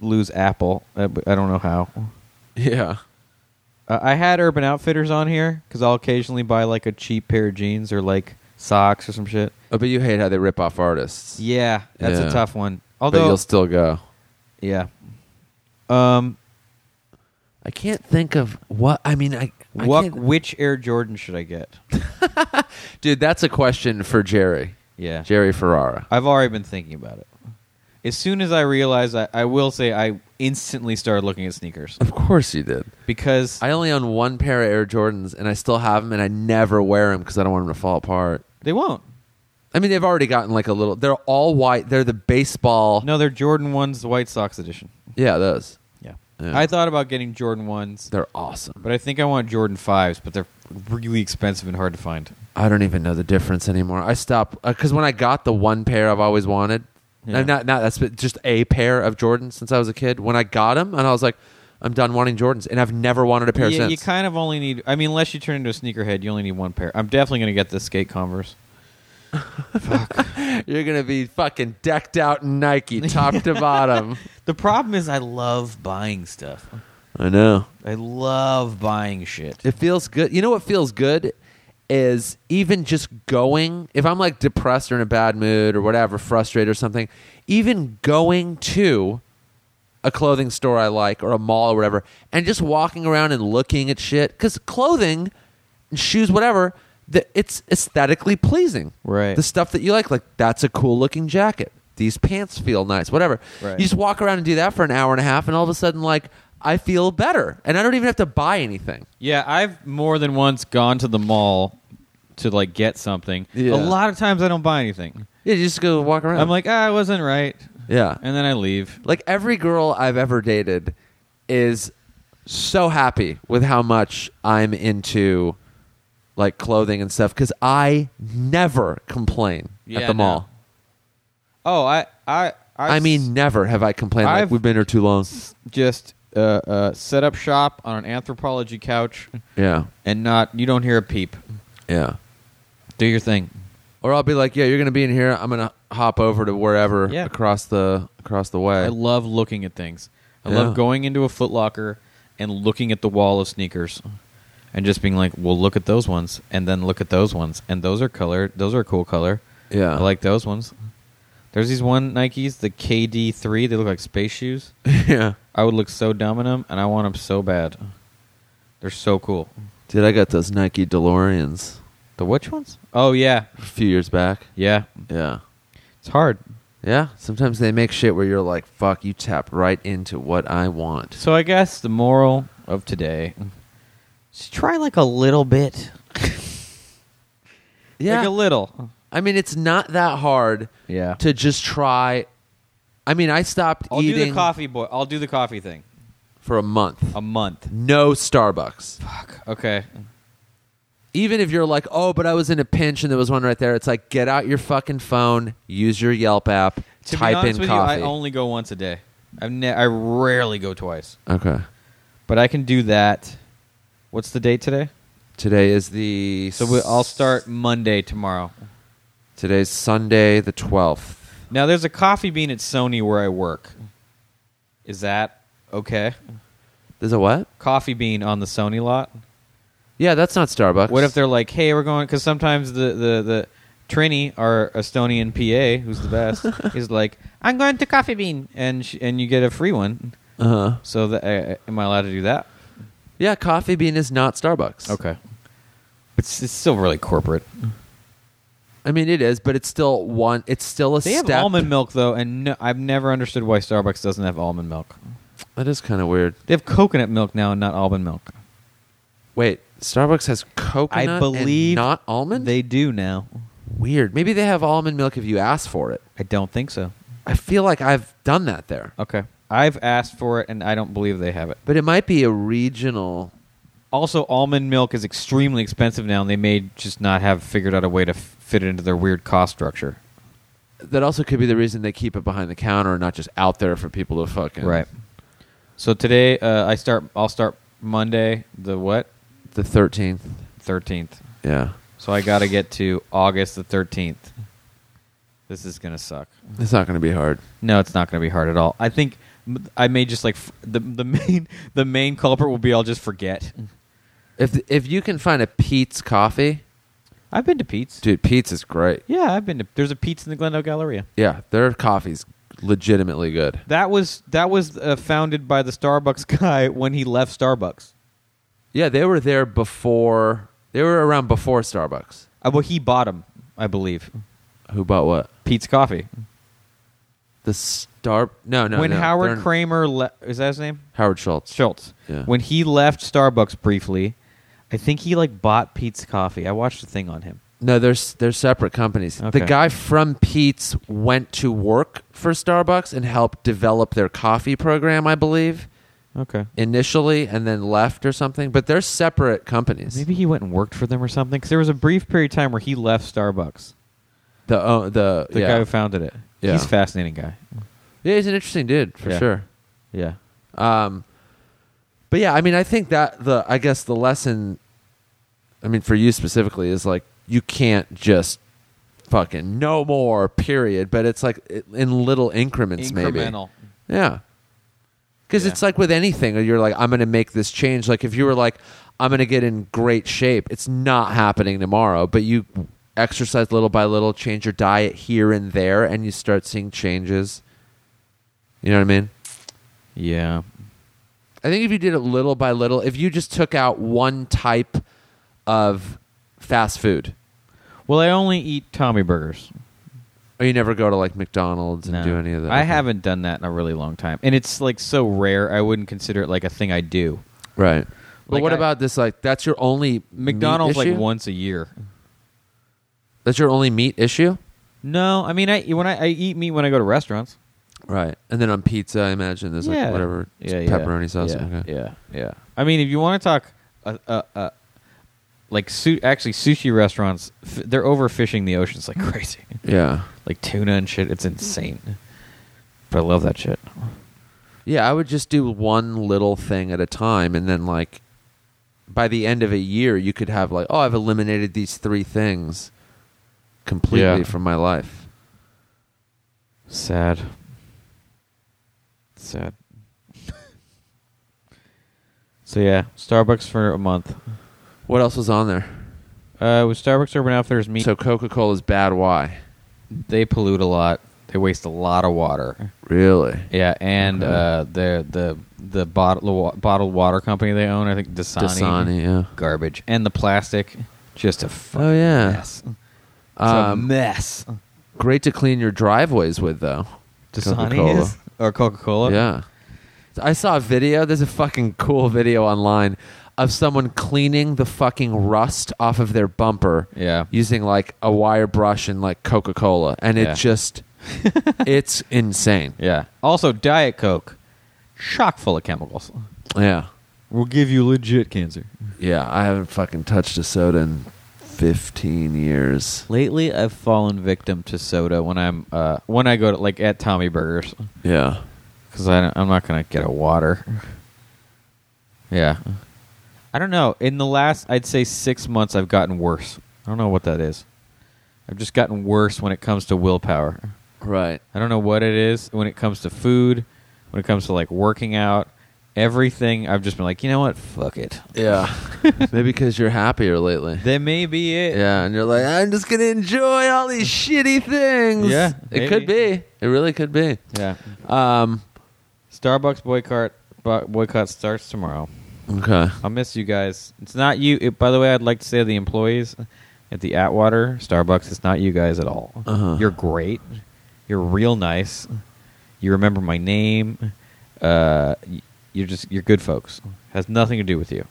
S3: lose Apple. I, I don't know how.
S1: yeah.
S3: Uh, I had Urban Outfitters on here because I'll occasionally buy like a cheap pair of jeans or like socks or some shit.
S1: Oh, but you hate how they rip off artists.
S3: Yeah, that's
S1: Yeah.
S3: a tough one.
S1: but
S3: Although,
S1: you'll still go.
S3: yeah. Um,
S1: I can't think of what. I mean, I. I
S3: what?
S1: can't-
S3: Which Air Jordan should I get?
S1: dude, that's a question for Jerry.
S3: Yeah,
S1: Jerry Ferrara.
S3: I've already been thinking about it. as soon as I realized, I, I will say I instantly started looking at sneakers
S1: Of course you did.
S3: because
S1: I only own one pair of Air Jordans, and I still have them, and I never wear them because I don't want them to fall apart.
S3: they won't.
S1: I mean, they've already gotten like a little. They're all white. They're the baseball.
S3: No, they're Jordan ones, the White Sox edition.
S1: Yeah, those.
S3: Yeah.
S1: Yeah.
S3: I thought about getting Jordan ones,
S1: They're awesome.
S3: but I think I want Jordan fives, but they're really expensive and hard to find.
S1: I don't even know the difference anymore. I stopped because when I got the one pair I've always wanted,
S3: Yeah.
S1: and not not that's but just a pair of Jordans since I was a kid. When I got them, and I was like, I'm done wanting Jordans, and I've never wanted a pair
S3: Yeah,
S1: since.
S3: you kind of only need. I mean, unless you turn into a sneakerhead, you only need one pair. I'm definitely going to get the skate Converse.
S1: You're gonna be fucking decked out in Nike, top to bottom.
S3: The problem is, I love buying stuff.
S1: I know.
S3: I love buying shit.
S1: It feels good. You know what feels good is even just going. If I'm like depressed or in a bad mood or whatever, frustrated or something, even going to a clothing store I like or a mall or whatever, and just walking around and looking at shit because clothing, and shoes, whatever, the, it's aesthetically pleasing.
S3: Right.
S1: The stuff that you like, like that's a cool looking jacket. These pants feel nice, whatever.
S3: Right.
S1: You just walk around and do that for an hour and a half, and all of a sudden, like, I feel better. And I don't even have to buy anything.
S3: Yeah, I've more than once gone to the mall to like get something.
S1: Yeah.
S3: A lot of times I don't buy anything.
S1: Yeah, you just go walk around.
S3: I'm like, ah, I wasn't right,
S1: yeah.
S3: and then I leave.
S1: Like every girl I've ever dated is so happy with how much I'm into like clothing and stuff because I never complain
S3: Yeah,
S1: at the
S3: no.
S1: mall.
S3: Oh, I, I, I've
S1: I mean, never have I complained. Like
S3: I've-
S1: we've been here too long.
S3: just uh, uh, set up shop on an anthropology couch
S1: Yeah,
S3: and not you don't hear a peep.
S1: yeah.
S3: Do your thing.
S1: Or I'll be like, yeah, you're gonna be in here. I'm gonna hop over to wherever
S3: Yeah.
S1: across the across the way.
S3: I love looking at things. I
S1: Yeah.
S3: love going into a Foot Locker and looking at the wall of sneakers and just being like, "Well, look at those ones and then look at those ones and those are colored. Those are a cool color.
S1: Yeah.
S3: I like those ones." There's these one Nikes, the KD3, they look like space shoes.
S1: yeah,
S3: I would look so dumb in them and I want them so bad. They're so cool.
S1: dude, I got those Nike DeLoreans
S3: The which ones? Oh yeah.
S1: a few years back.
S3: Yeah.
S1: Yeah,
S3: It's hard.
S1: Yeah, sometimes they make shit where you're like, "Fuck, you tap right into what I want."
S3: So I guess the moral of today is try like a little bit.
S1: Yeah,
S3: Like a little.
S1: I mean, it's not that hard
S3: Yeah.
S1: to just try. I mean, I stopped
S3: I'll do
S1: eating
S3: the coffee boy. I'll do the coffee thing.
S1: for a month.
S3: A month.
S1: no Starbucks.
S3: Fuck. Okay.
S1: Even if you're like, "Oh, but I was in a pinch and there was one right there," it's like, get out your fucking phone, use your Yelp app,
S3: To be
S1: type
S3: honest
S1: in
S3: with
S1: coffee.
S3: you, I only go once a day. I've ne- I rarely go twice,
S1: okay,
S3: but I can do that. What's the date today?
S1: today is the
S3: So we, I'll
S1: s-
S3: start Monday tomorrow.
S1: Today's Sunday, the twelfth.
S3: Now there's a coffee bean at Sony where I work. Is that okay?
S1: There's a what?
S3: Coffee bean on the Sony lot.
S1: Yeah, that's not Starbucks.
S3: What if they're like, "Hey, we're going"? Because sometimes the the the Trini, our Estonian PA, who's the best, is like, "I'm going to Coffee Bean," and sh- and you get a free one.
S1: Uh huh.
S3: So that uh, am I allowed to do that?
S1: Yeah, Coffee Bean is not Starbucks.
S3: Okay, but it's, it's still really corporate.
S1: I mean, it is, but it's still one. It's still a
S3: They
S1: step.
S3: have almond milk though, and no, I've never understood why Starbucks doesn't have almond milk.
S1: That is kind of weird.
S3: They have coconut milk now and not almond milk.
S1: Wait, Starbucks has coconut.
S3: I
S1: and
S3: believe
S1: not almond.
S3: They do now.
S1: weird. Maybe they have almond milk if you ask for it.
S3: I don't think so.
S1: I feel like I've done that there,
S3: Okay, I've asked for it, and I don't believe they have it.
S1: but it might be a regional.
S3: Also, almond milk is extremely expensive now, and they may just not have figured out a way to f- fit it into their weird cost structure.
S1: That also could be the reason they keep it behind the counter and not just out there for people to fucking
S3: So today, uh, I start. I'll start Monday, the what?
S1: The thirteenth.
S3: Thirteenth.
S1: Yeah,
S3: So I got to get to August the thirteenth. This is gonna suck.
S1: it's not going to be hard.
S3: No, it's not gonna be hard at all. I think m- I may just like f- the the main the main culprit will be I'll just forget.
S1: If if you can find a Pete's coffee,
S3: I've been to Pete's.
S1: dude, Pete's is great.
S3: Yeah, I've been to. There's a Pete's in the Glendale Galleria.
S1: Yeah, their coffee's legitimately good.
S3: That was that was uh, founded by the Starbucks guy when he left Starbucks.
S1: Yeah, they were there before. They were around before Starbucks.
S3: Uh, well, he bought him, I believe.
S1: Who bought what?
S3: Pete's Coffee.
S1: The Star. No, no.
S3: when
S1: no,
S3: Howard
S1: they're-
S3: Kramer le- is that his name?
S1: Howard Schultz.
S3: Schultz.
S1: Yeah.
S3: When he left Starbucks briefly, I think he like bought Pete's coffee. I watched a thing on him.
S1: No, they're s- they're separate companies.
S3: Okay.
S1: The guy from Pete's went to work for Starbucks and helped develop their coffee program, I believe,
S3: Okay.
S1: initially, and then left or something. But they're separate companies.
S3: Maybe he went and worked for them or something. Because there was a brief period of time where he left Starbucks.
S1: the oh, the
S3: The
S1: yeah.
S3: guy who founded it.
S1: Yeah.
S3: He's a fascinating guy.
S1: yeah, he's an interesting dude for
S3: Yeah.
S1: sure.
S3: Yeah.
S1: Um, but yeah, I mean, I think that the I guess the lesson, I mean, for you specifically, is like you can't just fucking no more period. But it's like i- in little increments, maybe.
S3: Incremental.
S1: Yeah, because
S3: Yeah.
S1: it's like with anything, or you're like, I'm going to make this change. Like if you were like, I'm going to get in great shape, it's not happening tomorrow. But you exercise little by little, change your diet here and there, and you start seeing changes. You know what I mean?
S3: Yeah.
S1: I think if you did it little by little, if you just took out one type of fast food,
S3: Well, I only eat Tommy burgers.
S1: or oh, you never go to like McDonald's and
S3: No.
S1: do any of that.
S3: I
S1: okay.
S3: haven't done that in a really long time, and it's like so rare. I wouldn't consider it like a thing I do.
S1: Right. But
S3: Like
S1: what
S3: I-
S1: about this? Like, that's your only
S3: McDonald's
S1: meat
S3: like
S1: issue?
S3: once a year.
S1: That's your only meat issue,
S3: No, I mean I when I, I eat meat when I go to restaurants.
S1: right? And then on pizza, I imagine there's like whatever
S3: Yeah, yeah,
S1: pepperoni sauce.
S3: Yeah,
S1: okay.
S3: yeah, yeah. I mean, if you want to talk, uh, uh, uh, like su- actually sushi restaurants, f- they're overfishing the oceans like crazy,
S1: yeah,
S3: like tuna and shit. It's insane. But I love that shit.
S1: yeah. I would just do one little thing at a time, and then like by the end of a year, you could have like, oh, I've eliminated these three things completely
S3: Yeah.
S1: from my life.
S3: Sad. Sad. so yeah, Starbucks for a month.
S1: What else was on there?
S3: Uh, with Starbucks Urban Outfitters, meat
S1: So Coca Cola is bad. Why?
S3: they pollute a lot. They waste a lot of water.
S1: Really?
S3: Yeah, and
S1: Okay.
S3: uh, the the the bottle the wa- bottled water company they own, I think Dasani,
S1: Dasani, yeah.
S3: garbage, and the plastic, just a fucking
S1: Oh, yeah.
S3: mess. It's a
S1: Um,
S3: mess.
S1: great to clean your driveways with, though.
S3: Dasani
S1: Coca-Cola.
S3: is or Coca Cola.
S1: Yeah. I saw a video. There's a fucking cool video online of someone cleaning the fucking rust off of their bumper
S3: yeah.
S1: using like a wire brush and like Coca Cola. And it
S3: Yeah.
S1: just, it's insane.
S3: Yeah. Also, Diet Coke, chock full of chemicals.
S1: Yeah.
S3: Will give you legit cancer.
S1: Yeah. I haven't fucking touched a soda in 15 years.
S3: Lately, I've fallen victim to soda when I'm uh, when I go to like at Tommy Burgers
S1: Yeah.
S3: because I'm not gonna get a water. Yeah, I don't know. In the last, I'd say six months, I've gotten worse. I don't know what that is. I've just gotten worse when it comes to willpower.
S1: Right.
S3: I don't know what it is when it comes to food, when it comes to like working out, everything. I've just been like, you know what? Fuck it.
S1: Yeah. Maybe because you're happier lately.
S3: That may be it.
S1: Yeah, and you're like, I'm just gonna enjoy all these shitty things.
S3: Yeah,
S1: it could be.
S3: maybe.
S1: It really could be.
S3: Yeah.
S1: Um,
S3: Starbucks boycott bo- boycott starts tomorrow.
S1: okay.
S3: I'll miss you guys. It's not you. It, by the way, I'd like to say to the employees at the Atwater Starbucks, it's not you guys at all.
S1: Uh-huh.
S3: You're great. You're real nice. You remember my name. Uh, y- you're just you're good folks. Has nothing to do with you.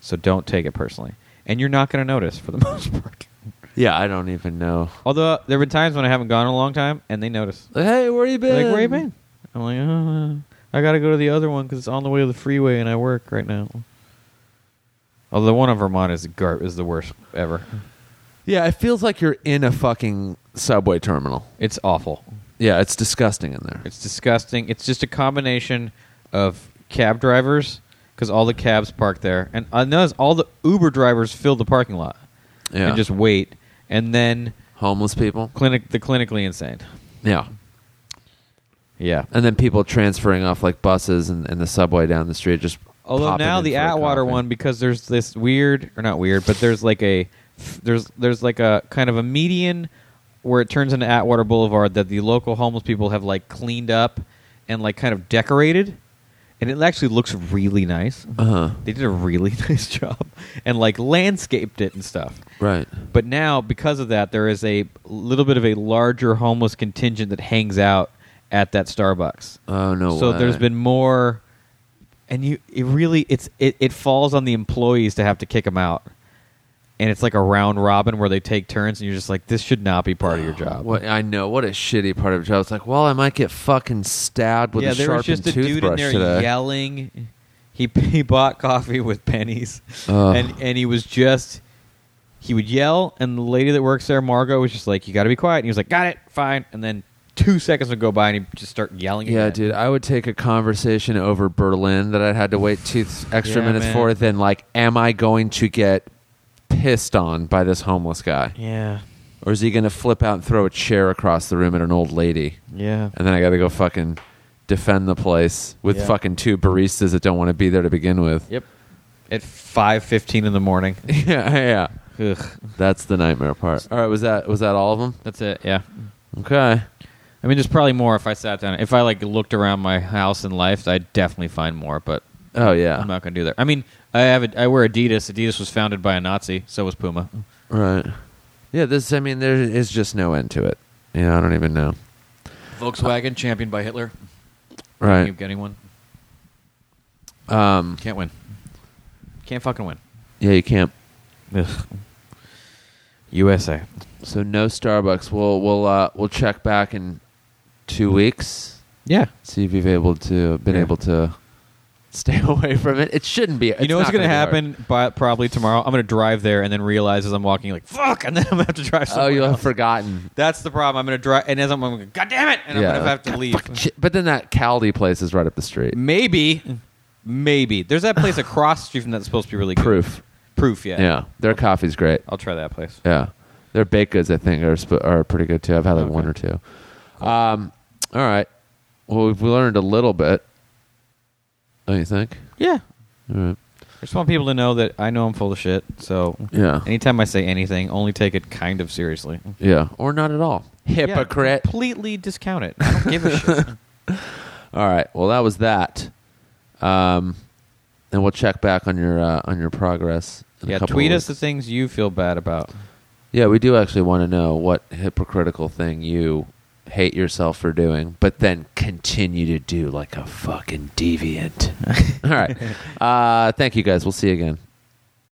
S3: So don't take it personally. And you're not going to notice for the most part.
S1: Yeah, I don't even know.
S3: Although there have been times when I haven't gone in a long time and they notice.
S1: Like, hey, where you been?
S3: They're like, where you been? I'm like, "Uh, I gotta go to the other one because it's on the way to the freeway and I work right now. Although the one in Vermont is gar- is the worst ever.
S1: Yeah, it feels like you're in a fucking subway terminal.
S3: It's awful.
S1: Yeah, it's disgusting in there.
S3: It's disgusting. It's just a combination of cab drivers because all the cabs park there, and I notice all the Uber drivers fill the parking lot
S1: Yeah,
S3: and just wait, and then
S1: homeless people.
S3: clinic the clinically insane.
S1: Yeah,
S3: Yeah.
S1: and then people transferring off like buses and, and the subway down the street. Just
S3: Although
S1: popping
S3: now
S1: in
S3: the
S1: for a
S3: Atwater
S1: coffee.
S3: one, because there's this weird or not weird, but there's like a there's there's like a kind of a median where it turns into Atwater Boulevard that the local homeless people have like cleaned up and like kind of decorated, and it actually looks really nice.
S1: Uh-huh.
S3: They did a really nice job and like landscaped it and stuff.
S1: right?
S3: But now because of that, there is a little bit of a larger homeless contingent that hangs out at that Starbucks.
S1: Oh no.
S3: so
S1: way.
S3: there's been more, and you it really it's it, it falls on the employees to have to kick them out, and it's like a round robin where they take turns, and you're just like, this should not be part of your job.
S1: What I know, what a shitty part of the job. It's like, well, I might get fucking stabbed with
S3: yeah,
S1: a
S3: there was
S1: sharpened
S3: just a
S1: toothbrush
S3: dude in there
S1: today.
S3: yelling. He he bought coffee with pennies,
S1: Ugh.
S3: and and he was just he would yell, and the lady that works there, Margot, was just like, "You got to be quiet." And he was like, "Got it, fine." And then two seconds would go by, and he would just start yelling.
S1: Yeah,
S3: again.
S1: dude, I would take a conversation over Berlin that I had to wait two th- extra
S3: Yeah,
S1: minutes
S3: man.
S1: for than like, am I going to get pissed on by this homeless guy,
S3: Yeah,
S1: or is he going to flip out and throw a chair across the room at an old lady,
S3: yeah.
S1: and then I got to go fucking defend the place with
S3: Yeah.
S1: fucking two baristas that don't want to be there to begin with.
S3: Yep. At five fifteen in the morning.
S1: yeah, yeah,
S3: Ugh.
S1: that's the nightmare part. All right, was that was that all of them?
S3: That's it. Yeah.
S1: Okay.
S3: I mean, there's probably more if I sat down. If I like looked around my house and life, I'd definitely find more. But
S1: Oh yeah.
S3: I'm not gonna do that. I mean, I have a, I wear Adidas. Adidas was founded by a Nazi. So was Puma.
S1: Right. Yeah, this I mean there is just no end to it. You know, I don't even know.
S3: Volkswagen championed by Hitler. Can you
S1: Right.
S3: get anyone?
S1: Um
S3: Can't win. Can't fucking win.
S1: yeah, you can't.
S3: Ugh. USA.
S1: So no Starbucks. We'll we'll uh we'll check back in 2 weeks.
S3: Yeah.
S1: See if you've able to been
S3: Yeah.
S1: able to stay away from it. It shouldn't be.
S3: you know what's
S1: going
S3: gonna
S1: to
S3: happen? By, probably tomorrow. I'm gonna drive there and then realize as I'm walking, like fuck, and then I'm gonna have to drive.
S1: Oh,
S3: Somewhere
S1: you'll have
S3: else.
S1: forgotten.
S3: That's the problem. I'm gonna drive, and as I'm, I'm gonna, God damn it, and
S1: Yeah.
S3: I'm gonna have to leave.
S1: Shit, But then that Caldi place is right up the street.
S3: Maybe,
S1: Mm.
S3: maybe there's that place across the street from that's supposed to be really good.
S1: Proof.
S3: Proof. Yeah.
S1: Yeah. Their coffee's great.
S3: I'll try that place.
S1: Yeah, their baked goods I think are sp- are pretty good too. I've had like one
S3: Okay.
S1: or two. Um, all right. Well, we've learned a little bit. Don't you think?
S3: Yeah.
S1: All right.
S3: I just want people to know that I know I'm full of shit. So
S1: Yeah.
S3: anytime I say anything, only take it kind of seriously.
S1: Yeah, or not at all. Hypocrite.
S3: Yeah, completely discount it. I don't give a shit.
S1: All right. Well, that was that. Um, and we'll check back on your uh, on your progress. In
S3: yeah.
S1: a couple
S3: Tweet
S1: of
S3: us the
S1: weeks.
S3: things you feel bad about.
S1: Yeah, we do actually want to know what hypocritical thing you hate yourself for doing, but then continue to do like a fucking deviant. All right. Uh, thank you guys. We'll see you again.